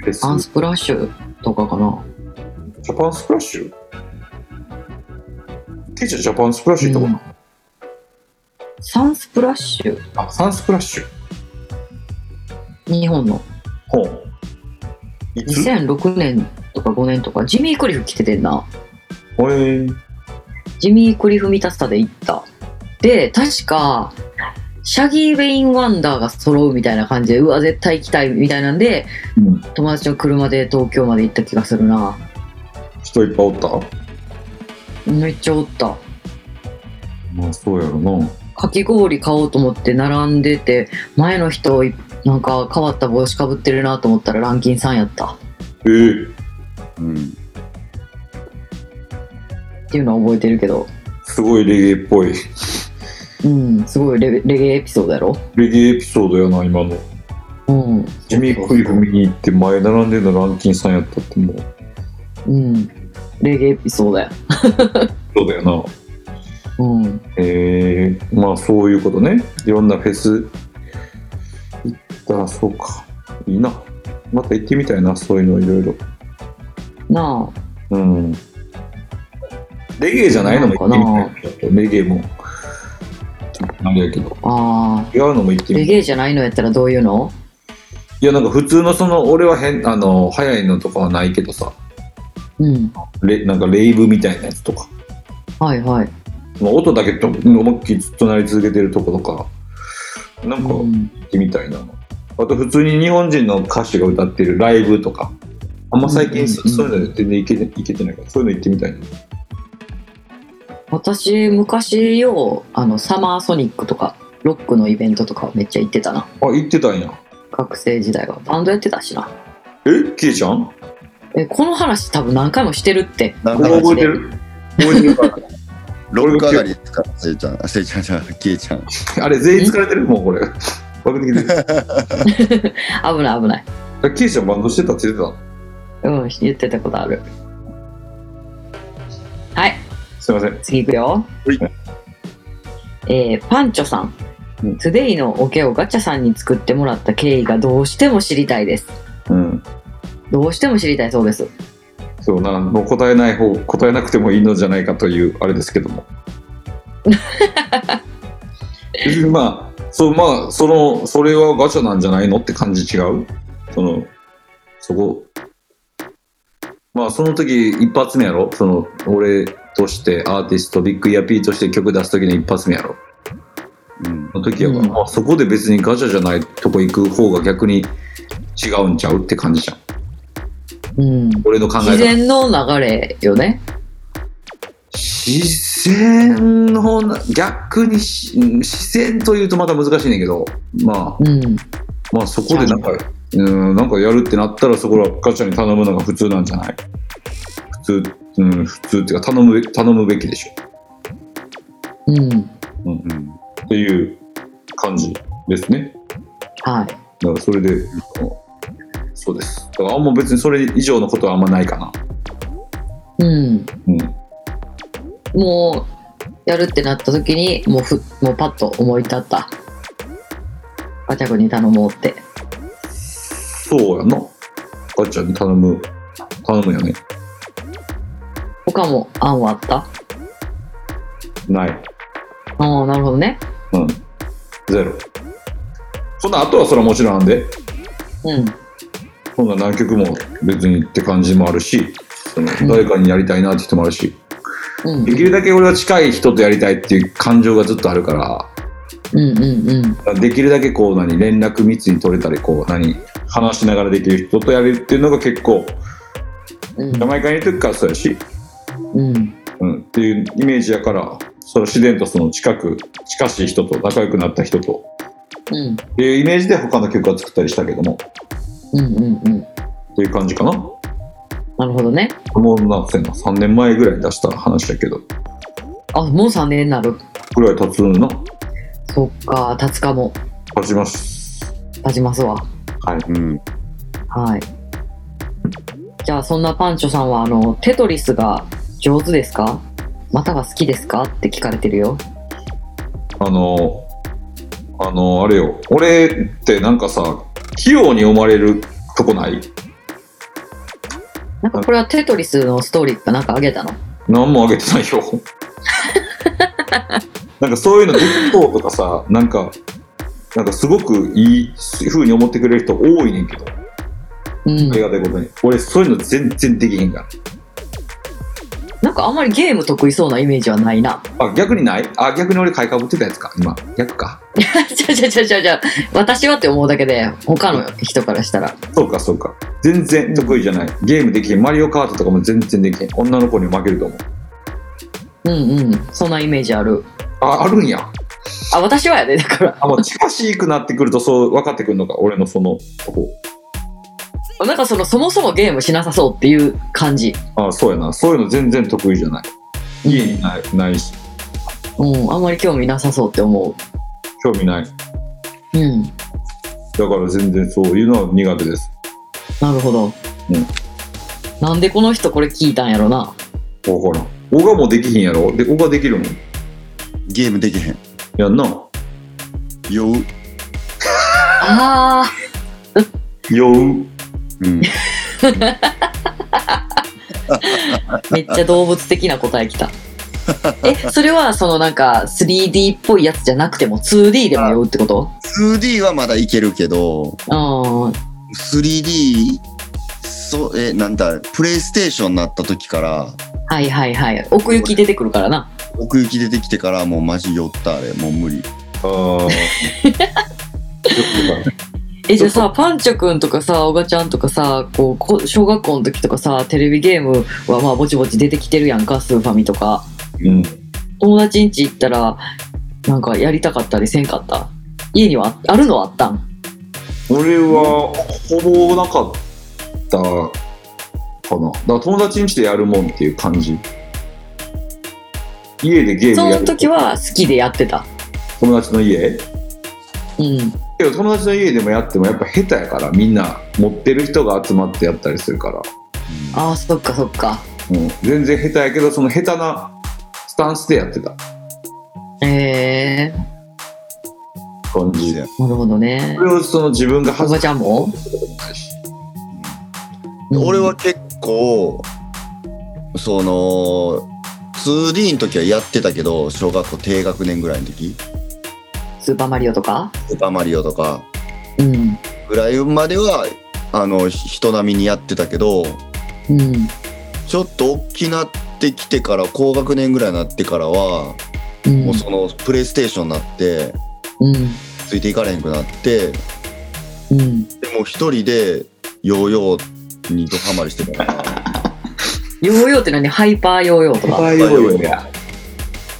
S3: う。
S4: レス
S3: アンスプラッシュとかかな。
S4: ジャパンスプラッシュケイちゃんジャパンスプラッシュ行ったこ
S3: サンスプラッシュ
S4: と、あサンスプラッシュ
S3: 日本の
S4: ほういつえ
S3: 2006年とか5年とかジミー・クリフ来ててんな
S4: え
S3: ジミー・クリフ見たさで行ったで確かシャギー・ウェイン・ワンダーが揃うみたいな感じでうわ絶対行きたいみたいなんで
S4: うん
S3: 友達の車で東京まで行った気がするな
S4: 人いっぱいおった
S3: めっちゃおった
S4: まあそうやろな
S3: かき氷買おうと思って並んでて前の人なんか変わった帽子かぶってるなと思ったらランキン3やった
S4: ええ
S5: うん。
S3: っていうのは覚えてるけど
S4: すごいレゲエっぽい
S3: うんすごいレレゲエエピソードやろ
S4: レゲエエピソードやな今の
S3: うん
S4: ジミー・クリフ見に行って前並んでるのランキンさんやったってもう
S3: うん。レゲエエピソードや。
S4: そうだよな
S3: うん。
S4: えー、まあそういうことねいろんなフェス行ったらそうかいいなまた行ってみたいなそういうのいろいろ
S3: な
S4: うんレゲエじゃないのも行ってみたいちょっとレゲエもあれやけど
S3: あ、ああ
S4: 違うのも行っ
S3: ー。
S4: て
S3: レ
S4: みた
S3: ゲ
S4: い
S3: エじゃないのやったらどういうの
S4: いやなんか普通のその俺は変あの早いのとかはないけどさ
S3: うん。
S4: レなんかレイブみたいなやつとか
S3: はいはい。
S4: まあ、音だけと思いっきりずっと鳴り続けてるとことかなんか
S3: うん
S4: 聞いてみたいな、あと普通に日本人の歌手が歌ってるライブとかあんま最近そ,、
S3: うんうん
S4: ういうの全然いけていけてないからそういうの行ってみたいな
S3: 私、昔よう、あの、サマーソニックとか、ロックのイベントとかめっちゃ行ってたな。
S4: あ行ってたんや
S3: 学生時代は。バンドやってたしな。
S4: えキイちゃん
S3: え、この話多分何回もしてるって。
S5: なんか
S4: 覚えてる覚えてるか
S5: ロック上がりですかせいちゃん。あ、せいちゃんじゃない、きえちゃん。
S4: あれ全員疲れてるもうこれ爆的で
S3: 危ない危ない。
S4: キイちゃんバンドしてたって言って
S3: うん、言ってたことある。はい。
S4: たすいません
S3: 次いくよ。
S4: はい
S3: えーパンチョさん
S4: う。ん
S3: today のオケをガチャさんに作ってもらった経緯がどうしても知りたいです。
S4: うん
S3: どうしても知りたいそうです。
S4: そうなもう答えない方答えなくてもいいのじゃないかというあれですけ
S5: [LAUGHS]
S4: ども別にまあそうまあそのそれはガチャなんじゃないのって感じ違うそのそこまあその時一発目やろその俺としてアーティストビッグイヤーピーとして曲出す時の一発目やろ
S5: うん。
S4: の時やから、
S3: うん
S4: まあ、そこで別にガチャじゃないとこ行く方が逆に違うんちゃうって感じじゃん
S3: うん。
S4: 俺の考
S3: 自
S4: え方
S3: 然の流れよね。
S4: 自然のな逆にしうん自然というとまた難しいねんけど、ま
S3: うん。
S4: あ、まあそこでなんかうんなんかやるってなったらそこはガチャに頼むのが普通なんじゃない普通、うん、普通っていうか頼むべ頼むべきでしょ
S3: うん。
S5: うん。
S4: っていう感じですね
S3: はい。
S4: だからそれであのそうですだからあんま別にそれ以上のことはあんまないかな
S3: うん。
S4: うん
S3: もう、やるってなった時に、もうふ、もうパッと思い立った。ガチャ君に頼もうって。
S4: そうやなガチャに頼む頼むよね
S3: 他も案はあった
S4: ない
S3: ああ、なるほどね。
S4: うん。ゼロ。そんな、あとはそれはもちろんなんで、
S3: うん。
S4: そんな何曲も別にって感じもあるし、その誰かにやりたいなって人もあるし、
S3: うん。
S4: できるだけ俺は近い人とやりたいっていう感情がずっとあるから、
S3: うんうんうん。
S4: できるだけこう何、連絡密に取れたり、こう何、話しながらできる人とやるっていうのが結構、
S3: うん
S4: ジャマイカにいる時からそうやし、
S3: うん。
S4: うん、っていうイメージやから、その自然とその近く、近しい人と仲良くなった人と、
S3: うん。
S4: っていうイメージで他の曲は作ったりしたけども、
S3: うんうんうん。
S4: っていう感じかな。
S3: なるほどね。
S4: もうなんせな3年前ぐらいに出した話だけど
S3: あ、もう3年になる。
S4: ぐらい経つのな
S3: そっか、立つかも、
S4: 経ちます
S3: 立ちますわ。
S5: うん。
S3: はい。じゃあ、そんなパンチョさんは、あの、テトリスが上手ですかまたは好きですかって聞かれてるよ。
S4: あのあのあれよ俺ってなんかさ器用に思われるとこない
S3: なんかこれはテトリスのストーリーかなんかあげたの
S4: 何もあげてな
S3: [LAUGHS]
S4: いよなんかそういうのできそうとかさなんかなんかすごくいい風に思ってくれる人多いねんけどあ
S3: うん。
S4: りがたいことに俺そういうの全然できへんか
S3: なんかあんまりゲーム得意そうなイメージはないな。
S4: らあ逆にないあ逆に俺買いかぶってたやつか今逆か
S3: じゃあじゃあじゃあじゃあじゃあ私はって思うだけで、他の人からしたら。
S4: そうかそうか。全然得意じゃない。ゲームできへん。マリオカートとかも全然できへん。女の子に負けると思う。
S3: うんうん。そんなイメージある。
S4: あ、あるんや。
S3: あ、私はやで、だから。
S4: あ、もう近しくなってくるとそう分かってくるのか。俺のその、こ
S3: なんかその、そもそもゲームしなさそうっていう感じ。
S4: う。あ、そうやな。そういうの全然得意じゃない。家にないないし、
S3: うん、あんまり興味なさそうって思
S4: 興味ない。
S3: う。うん、
S4: だから全然そういうのは苦手です。
S3: なるほど。
S4: うん
S3: なんでこの人これ聞いたんやろな。
S4: わからん。オガもできひんやろで、オガできるもん。
S5: ゲームできへん。
S4: やんな。
S5: 酔う。
S3: あ
S4: 酔う。
S5: うん。
S3: あ、めっちゃ動物的な答えきた。 [LAUGHS] え、それはそのなんか 3D っぽいやつじゃなくても 2D でも酔うってこと
S5: 2D はまだいけるけど、
S3: うん。
S5: 3D、そう、え、なんだ、プレイステーションになった時から、
S3: はいはいはい。奥行き出てくるからな。
S5: 奥行き出てきてから、もうマジ酔った、あれ。もう無理。
S4: ああ。
S3: え、じゃあさ、パンチョくんとかさ、おがちゃんとかさ、こうこ、小学校の時とかさ、テレビゲームはまあぼちぼち出てきてるやんか、スーファミとか。
S4: うん。
S3: 友達ん家行ったら、なんかやりたかったりせんかった。家にはああるのはあったん
S4: 俺はほぼなかったかな。だから友達ん家でやるもんっていう感じ。家でゲー
S3: そ
S4: ムや
S3: の
S4: る。
S3: 時は好きでやってた。
S4: 友達の家
S3: うん。
S4: けど友達の家でもやってもやっぱ下手やからみんな持ってる人が集まってやったりするから、
S3: ああ、そっかそっか。
S4: うん、全然下手やけどその下手なスタンスでやってた
S3: ええ
S4: 感じで
S3: ー、なるほどね
S4: そ。れをその自分が
S3: お
S4: 恥
S3: ば
S4: ず
S3: ちゃんも
S4: かし
S5: で
S4: い
S5: 俺は結構、その、2D の時はやってたけど、小学校低学年ぐらいの時、
S3: スーパーマリオとか
S5: スーパーマリオとか
S3: うん。
S5: ぐらいまでは、あの、ひ人並みにやってたけど、
S3: うん。
S5: ちょっと大きなってきてから、高学年ぐらいになってからは、
S3: うん。
S5: もうその、プレイステーションになって、
S3: うん。
S5: ついていかれへんくなって、
S3: うん。
S5: でも一人でヨーヨーにドハマりしてたから。
S3: ヨーヨーって何ハイパーヨーヨーとか。
S4: バイオレや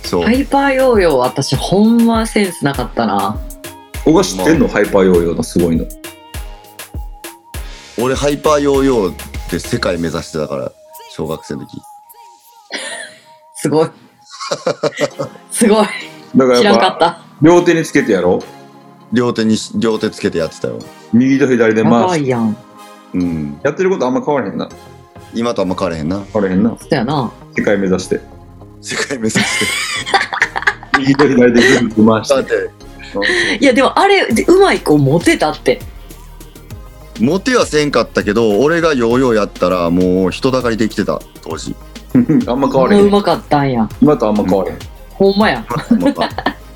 S5: そう
S3: ハ。イパーヨーヨー、私、ほんまセンスなかったな。
S4: 僕が知ってんのハイパーヨーヨーのすごいの
S5: 俺ハイパーヨーヨーで世界目指してたから、小学生の時。
S3: すごい。すごい。
S4: だから
S3: 知
S4: や
S3: ら
S4: っ
S3: んか
S4: ぱ
S3: った。
S4: 両手につけてやろ
S5: 両手にし、両手つけてやってたよ。
S4: 右と左で
S3: やば
S4: 回
S3: い
S4: す
S3: やん。
S5: うん。
S4: やってることあんま変わらへんな
S5: 今とあんま変われへんな。
S4: 変わらへんな
S3: そうやな。
S4: 世界目指して
S5: 世界目指して。
S4: 右と左で全部回し
S5: だってて、
S3: いや、でもあれ、でうまい子モテたって。
S5: モテはせんかったけど、俺がヨーヨーやったらもう人だかりできてた、当 [LAUGHS] 時。
S4: あんま変
S3: ほ
S4: わ
S3: んま
S4: らへ
S3: うんまかったんや。
S4: 今とあんま変わらへん
S3: ほんまや。
S5: また、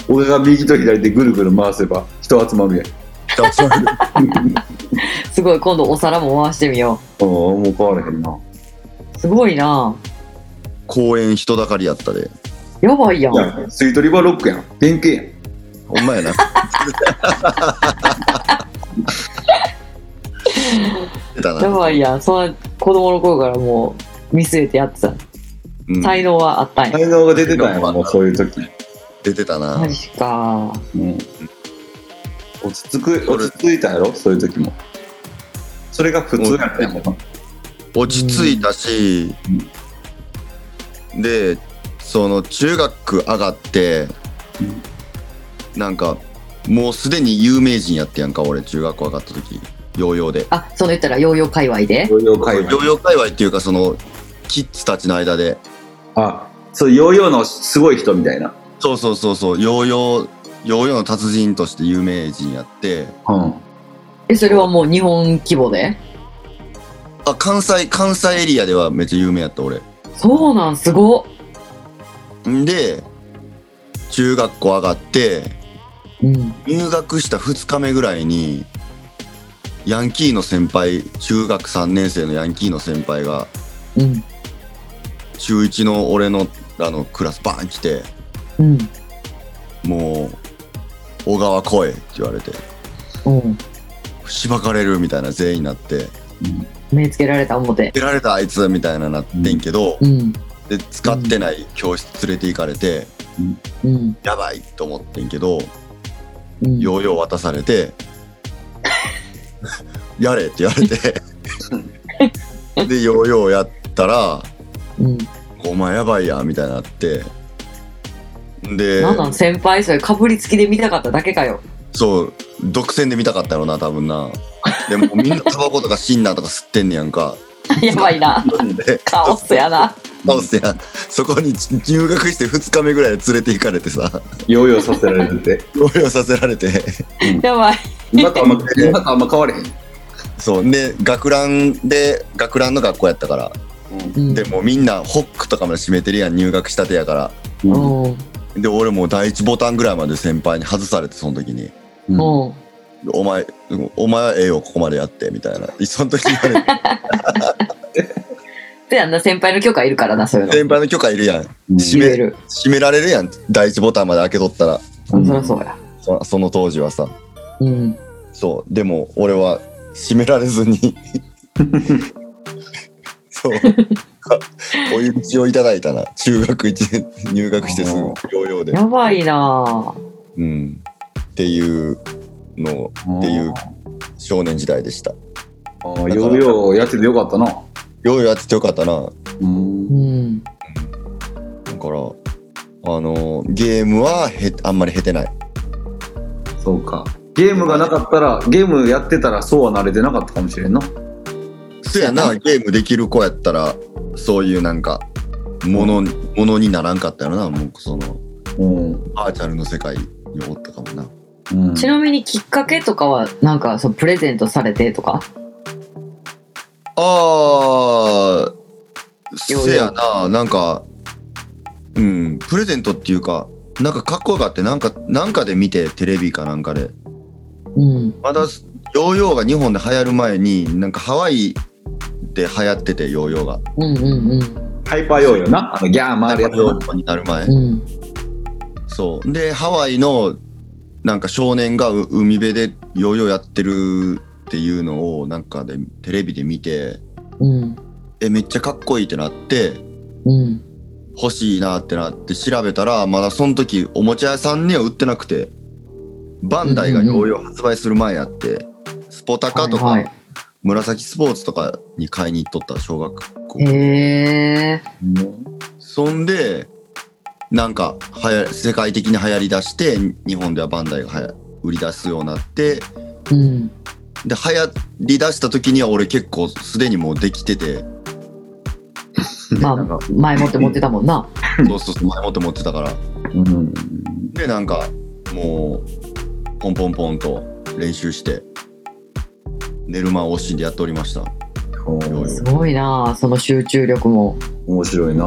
S4: 俺が右と左でぐるぐる回せば人集まるやん
S5: 人集まる
S3: すごい、今度お皿も回してみよ
S4: うんもう変わらへんな
S3: う。すごいな。
S5: 公園人だかりやったで。
S3: やばいやん。
S4: いやスイートリバーロックやん典型やん
S5: ほんまやな。だ
S3: や
S5: な。
S3: ばいやん。そんな子供の頃からもう見据えてやってた。
S5: うん
S3: 才能はあったんや。
S4: 才能が出てたんやもうそういう時、
S5: 出てたな
S3: マ。ジか。
S4: うん、落ち着く落ち着いたやろそういう時もそれが普通やったやんも
S5: 落ち着いたし、で、その中学上がって、なんか、もうすでに有名人やってやんか、俺、中学校上がった時、ヨーヨーで。
S3: あ、その言ったらヨーヨー界隈で。
S4: うヨーヨー
S5: ヨ
S4: 界
S5: ー
S4: 隈
S5: ヨー界隈っていうか、その、キッズたちの間で、
S4: あそうヨーヨーのすごい人みたいな
S5: そうそうそうそう、ヨーヨー、ヨーヨーの達人として有名人やって、
S4: うん
S3: え、それはもう日本規模で
S5: あ、関西、関西エリアではめっちゃ有名やった、俺。
S3: そうなん、すごっ。
S5: んで、中学校上がって、
S3: うん。
S5: 入学した2日目ぐらいに、ヤンキーの先輩、中学3年生のヤンキーの先輩が、
S3: うん。
S5: 中1の俺の、あの、クラスバーン来て、
S3: うん。
S5: もう、小川来いって言われて、
S3: うん。
S5: しばかれるみたいな全員になって、
S3: 目つけられた表。
S5: 出られたあいつみたいななってんけど、
S3: うん。
S5: で使ってない教室連れて行かれて、
S3: うん。
S5: やばいと思ってんけど、
S3: うん。
S5: ヨーヨー渡されて、 [LAUGHS] やれって言われて、で、ヨーヨーやったら、
S3: うん。
S5: お前やばいや、みたいになって、で、
S3: なんなん先輩それかぶりつきで見たかっただけかよ。 [LAUGHS]
S5: そう、独占で見たかったよな、多分な。でもみんなタバコとかシンナーとか吸ってんねやんか。
S3: やばいな。
S5: で、
S3: カオスやな。
S5: 倒せや、そこに入学して2日目ぐらいで連れて行かれてさ、 [LAUGHS]
S4: ヨーヨーさせられてて
S5: ヨーヨーさせられて、
S3: [LAUGHS] やばい。
S4: 今とあんま今とあんま変われへん
S5: そう、で、学ランで、学ランの学校やったから、
S3: うん
S5: でもうみんなホックとかまで閉めてるやん、入学したてやから。
S3: うん。
S5: で俺もう第一ボタンぐらいまで先輩に外されてその時に
S4: うん
S3: うん。
S5: お前、うんお前はええよ、ここまでやって、みたいな。その時言われて、
S3: で、あんな先輩の許可いるからな、そういうの。
S5: 先輩の許可いるやん。締
S3: 言え
S5: め、
S3: る。
S5: 締められるやん。第一ボタンまで開けとったら、
S3: そりゃそうや。
S5: そその当時はさ。
S3: うん。
S5: そう、でも俺は締められずに。そう。お湯口をいただいたな。中学1年、入学してすぐ、療養で。
S3: やばいなぁ。
S5: うん。っていうのをっていう少年時代でした。
S4: あーヨーヨーやっててよかったな。
S5: 療養やっててよかったな。だか
S4: う
S3: う
S4: ん
S3: ん。
S5: ら、あの、ゲームはへあんまり減ってない。
S4: そうか。ゲームがなかったら、ゲームやってたらそうはなれてなかったかもしれんな。
S5: そやな、ゲームできる子やったら、そういうなんか、もの、ものにならんかったよな、もうその、
S4: うん。
S5: バーチャルの世界におったかもな。
S4: うん
S3: ちなみにきっかけとかは、なんか、そう、プレゼントされてとか。
S5: ああ、
S3: よう
S5: せやな、なんか、うん、プレゼントっていうか、なんかかっこよかって、なんか、なんかで見て、テレビかなんかで。
S3: うん。
S5: まだ、ヨーヨーが日本で流行る前に、なんかハワイで流行ってて、ヨーヨーが。
S3: うんうんうん。
S4: ハイパーヨーヨーな。あのギャー回るやつ
S5: ヨーヨーになる前。
S3: うん。
S5: そう。で、ハワイの、なんか少年がう海辺でヨーヨーやってるっていうのを、なんかで、テレビで見て、
S3: うん。
S5: え、めっちゃかっこいいってなって、
S3: うん。
S5: 欲しいなってなって調べたらまだその時おもちゃ屋さんには売ってなくてバンダイがヨーヨー発売する前やってスポタカと
S3: は
S5: か
S3: いは
S5: 紫スポーツとかに買いに行っとった小学校
S3: いへえ。
S5: そんでなんかはや世界的に流行りだして日本ではバンダイがはや売り出すようになって
S3: うん。
S5: で流行りだした時には俺結構すでにもうできてて
S3: ま
S4: なんか
S3: あ、前もって持ってたもんな。
S5: そうそうそう前もって持ってたから
S4: うん。
S5: でなんかもうポンポンポンと練習して寝る間を惜しんでやっておりました
S4: おー
S3: すごいなぁ、その集中力も。
S4: 面白いな。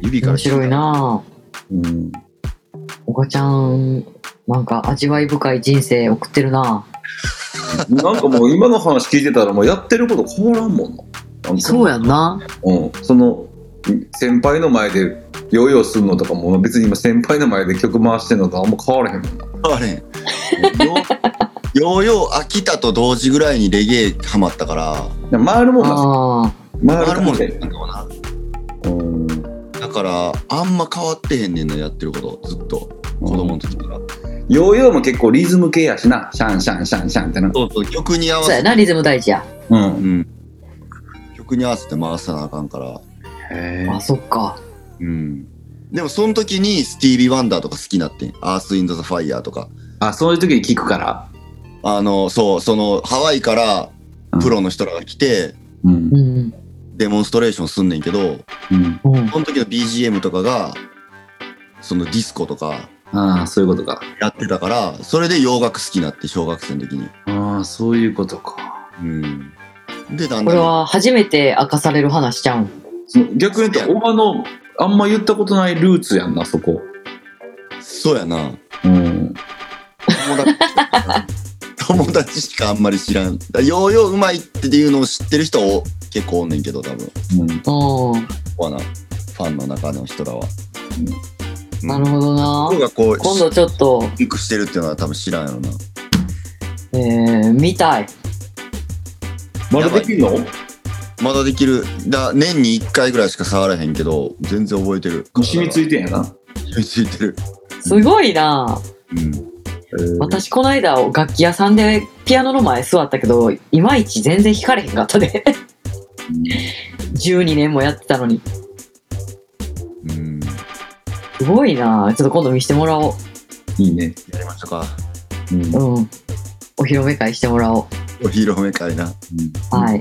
S5: 指から
S3: 面白いなぁ。
S4: うん。
S3: おかちゃん、なんか味わい深い人生送ってるなぁ。
S4: なんかもう今の話聞いてたらもうやってること変わらんもんな。なんか
S3: そうやんな。
S4: うん。その先輩の前でヨーヨーするのとかも別に今先輩の前で曲回してるのとあんま変わらへんもんな。
S5: あれよ
S3: [LAUGHS]
S5: ようよう飽きたと同時ぐらいにレゲエハマったから
S4: なんか回るもんな。
S3: ああ。
S4: 回
S5: あるもん
S4: 感じ
S5: ね
S4: で
S5: な
S4: うん。
S5: だからあんま変わってへんねんなやってることずっと子供の時から、
S4: ヨーヨーも結構リズム系やしな。シャンシャンシャンシャンってな。
S5: そうそう曲に合わ
S3: そうや
S5: せて、
S3: な、リズム大事や。
S4: うん。
S5: うん、曲に合わせて回さなあかんから
S4: へ
S3: あ、そっか。
S5: うんでもその時にスティービー・ワンダーとか好きになってんアース・インド・ザ・ファイヤーとか
S4: あ、そういう時に聞くから。
S5: あの、そう、その、ハワイから
S4: うん
S5: プロの人らが来て、
S4: うん
S3: う。ん。
S5: デモンストレーションすんねんけど、
S4: うん。
S3: うん。
S5: その時の BGM とかが、そのディスコとか
S4: ああ、そういうことか。
S5: やってたから、それで洋楽好きになって、小学生の時に。
S4: ああ、そういうことか。
S5: うん。で、だん
S3: これ
S5: だん、
S3: は初めて明かされる話ちゃうん。
S4: 逆に言うと、おばの、あんま言ったことないルーツやんな、そこ。
S5: そうやな、
S4: うん。
S5: 友達友達しかあんまり知らん。だからヨーヨーうまいっていうのを知ってる人を結構おんねんけど、多分、
S4: うん。
S3: う
S5: コアなファンの中の人らは。
S3: ん。なるほどな
S5: 人がこう、
S3: 今度ちょっと、
S5: リンクしてるっていうのは多分知らんやろな。
S3: えー、見たい。
S4: まだできんの
S5: まだできる。だ年に1回ぐらいしか触らへんけど、全然覚えてる。
S4: 染みついてんやな。
S5: 染みついてる。
S3: すごいなぁ。
S5: うん。
S3: 私この間楽器屋さんでピアノの前座ったけどいまいち全然弾かれへんかったで12年もやってたのに
S5: うん。
S3: すごいなあちょっと今度見してもらお
S4: いいね。
S5: やりましたか。
S4: うん。
S3: ううんお披露目会してもらおう
S5: お披露目会な。
S3: はい、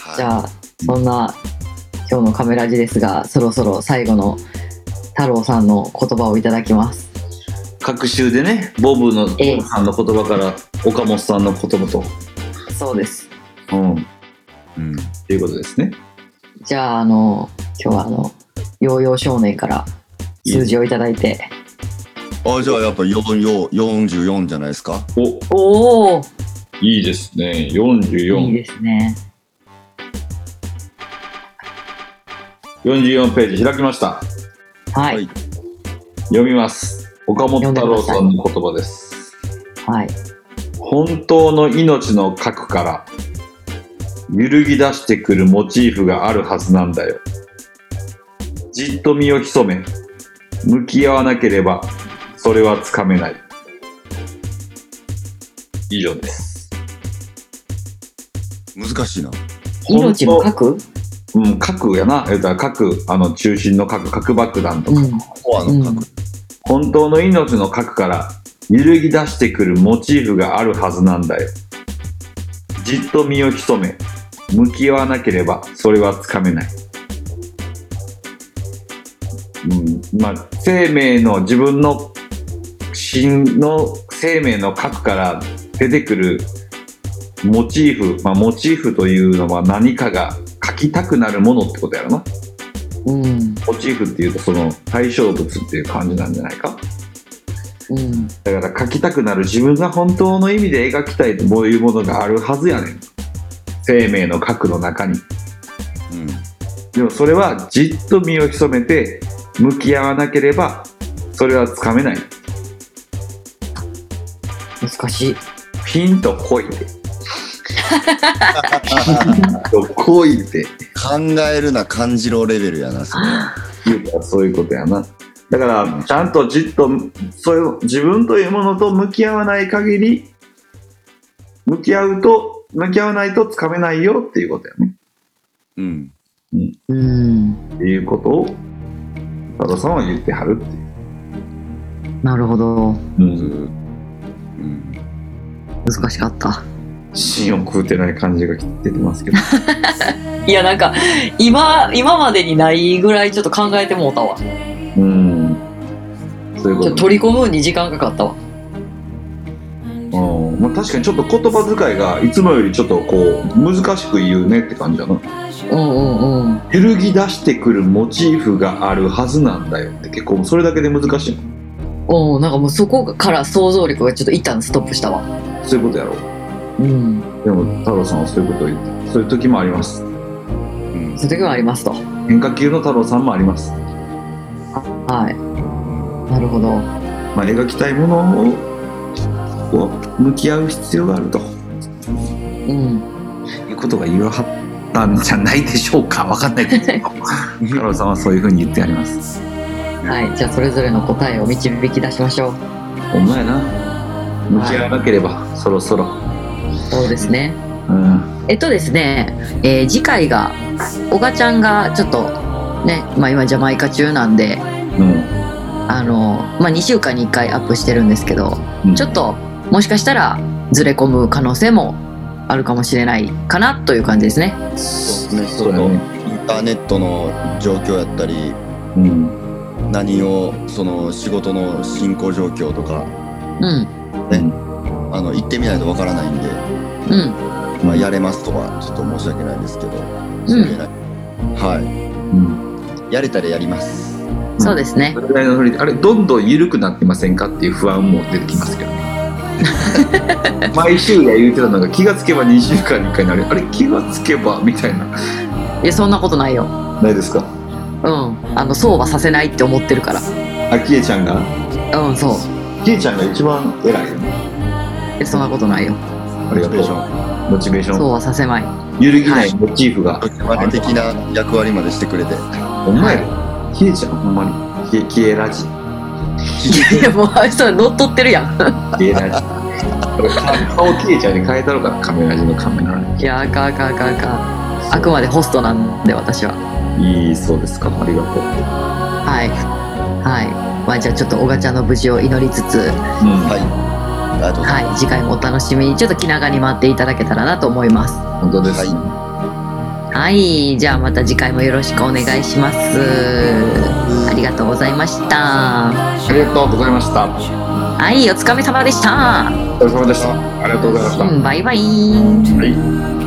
S5: は
S3: じゃあそんな今日のカメラジですがそろそろ最後の太郎さんの言葉をいただきます
S4: 各週でね、ボブの、ボ
S3: ええ
S4: ブさんの言葉から、岡本さんの言葉と、
S3: そうです
S4: うん。っ
S5: うん。
S4: ていうことですね。
S3: じゃああの今日はあのヨーヨー少年から数字をいただいて
S5: あじゃあやっぱ4よ44じゃないですか。
S4: お
S3: おお
S4: いいですね
S3: いい
S4: 4444
S3: ですね。
S4: ページ開きました
S3: は
S5: はいい。
S4: 読みます岡本太郎さんの言葉です
S3: はい。
S4: 本当の命の核から揺るぎ出してくるモチーフがあるはずなんだよじっと身を潜め向き合わなければそれはつかめない以上です
S5: 難しいな。
S3: 命の核
S4: うん核やな言うたら核あの中心の核核爆弾と
S3: う
S4: か、
S3: ん。
S5: コアの核。
S4: 本当の命の核から揺るぎ出してくるモチーフがあるはずなんだよじっと身を潜め向き合わなければそれはつかめない、うんまあ、生命の自分の真の生命の核から出てくるモチーフ、まあ、モチーフというのは何かが書きたくなるものってことやろな
S3: うん。
S4: モチーフっていうとその対象物っていう感じなんじゃないか
S3: うん。
S4: だから書きたくなる自分が本当の意味で描きたいこういうものがあるはずやねん生命の核の中に
S5: うん。
S4: でもそれはじっと身を潜めて向き合わなければそれはつかめない
S3: 難しい。
S4: ピンとこいってピンとこいって
S5: 考えるな感じろレベルやな。それ
S4: 言うからそういうことやなだからちゃんとじっとそういう自分というものと向き合わない限り向き合うと向き合わないとつかめないよっていうことやね
S5: うん。
S3: うん。
S4: っていうことを多田さんは言ってはるって
S3: なるほど。
S5: う。
S4: いうん
S3: 難しかった。
S4: 芯を食うてない感じが出てますけど
S3: いや、なんか、今、今までにないぐらいちょっと考えてもうたわ。ちょ
S4: うんそういうこ
S3: っ
S4: と
S3: と取り込むのに時間かかったわ。
S4: うんまあ、確かにちょっと言葉遣いがいつもよりちょっとこう難しく言うねって感じだな Oh.
S3: うんうんうん。
S4: 揺るぎ出してくるモチーフがあるはずなんだよって結構それだけで難しい
S3: おおなんかもうそこから想像力がちょっと一旦ストップしたわ。
S4: そういうことやろ
S3: うん。
S4: でも太郎さんはそういうことを言ったそういう時もあります
S5: うん。
S3: そういう時はありますと。
S4: 変化球の太郎さんもあります、
S3: はい。なるほど。
S4: まあ、描きたいものをこう向き合う必要があると
S3: うん。
S4: いうことが言わはったんじゃないでしょうかわかんない [LAUGHS] けど太郎さんはそういうふうに言ってあります
S3: はい。じゃあそれぞれの答えを導き出しましょう。
S4: お前な向き合わなければ、そろそろ
S3: そうですね。
S4: うん
S3: えっとですね、えー次回が、おがちゃんがちょっと、ね、まあ今ジャマイカ中なんで、
S4: うん
S3: あの、まあ2週間に1回アップしてるんですけど、
S4: うん
S3: ちょっと、もしかしたらずれ込む可能性もあるかもしれないかなという感じですね。
S5: ね、ちょっとインターネットの状況やったり、
S4: うん
S5: 何をその仕事の進行状況とか、
S3: うん。
S5: あの行ってみないとわからないんで、
S3: うん。
S5: まあやれますとはちょっと申し訳ないですけど、
S3: うん
S5: 言えないは
S4: うん
S5: い、やれたらやります。
S3: そうですね。
S4: それぐらいのノリであれどんどん緩くなってませんかっていう不安も出てきますけど [LAUGHS] ね毎週や言うてたのが気がつけば2週間に1回になるあれ気がつけばみたいない
S3: や、そんなことないよ。
S4: ないですか
S3: うん。あの、そうはさせないって思ってるか
S4: あきえちゃんが
S3: ら。うん、そう。
S4: きえちゃんが一番偉いよね
S3: いやそんなことないよ。
S4: ありがとうモチベーシ
S3: そ
S4: ョ
S3: う
S4: ン
S3: はさせまい。 [LAUGHS]
S4: 揺るぎないモチーフが、
S5: ま的な役割までしてくれて、
S4: お前ら、ひえちゃん、ほんまに。ひえ、ひえラジ。
S3: いや、もう、あいつら乗っ取ってるやん。
S4: ひえラジ。 [LAUGHS] 顔ひえちゃんに変えたのかな、カメラジのカメラに。
S3: いや、あかんあかんあかんあかん。あくまでホストなんで、私は。
S4: いい、そうですか。ありがとう。
S3: はい。はい。まあ、じゃあちょっと、おがちゃんの無事を祈りつつ、
S4: うん。
S5: はい、ありがとうございます。
S3: はい。次回もお楽しみに、ちょっと気長に待っていただけたらなと思います。
S4: 本当です。
S3: はい。じゃあまた次回もよろしくお願いします。ありがとうございました。
S4: ありがとうございました。
S3: はい。お疲れ様でした。
S4: お疲れ様でした。ありがとうございました。
S3: うん、バイバイ。
S4: はい。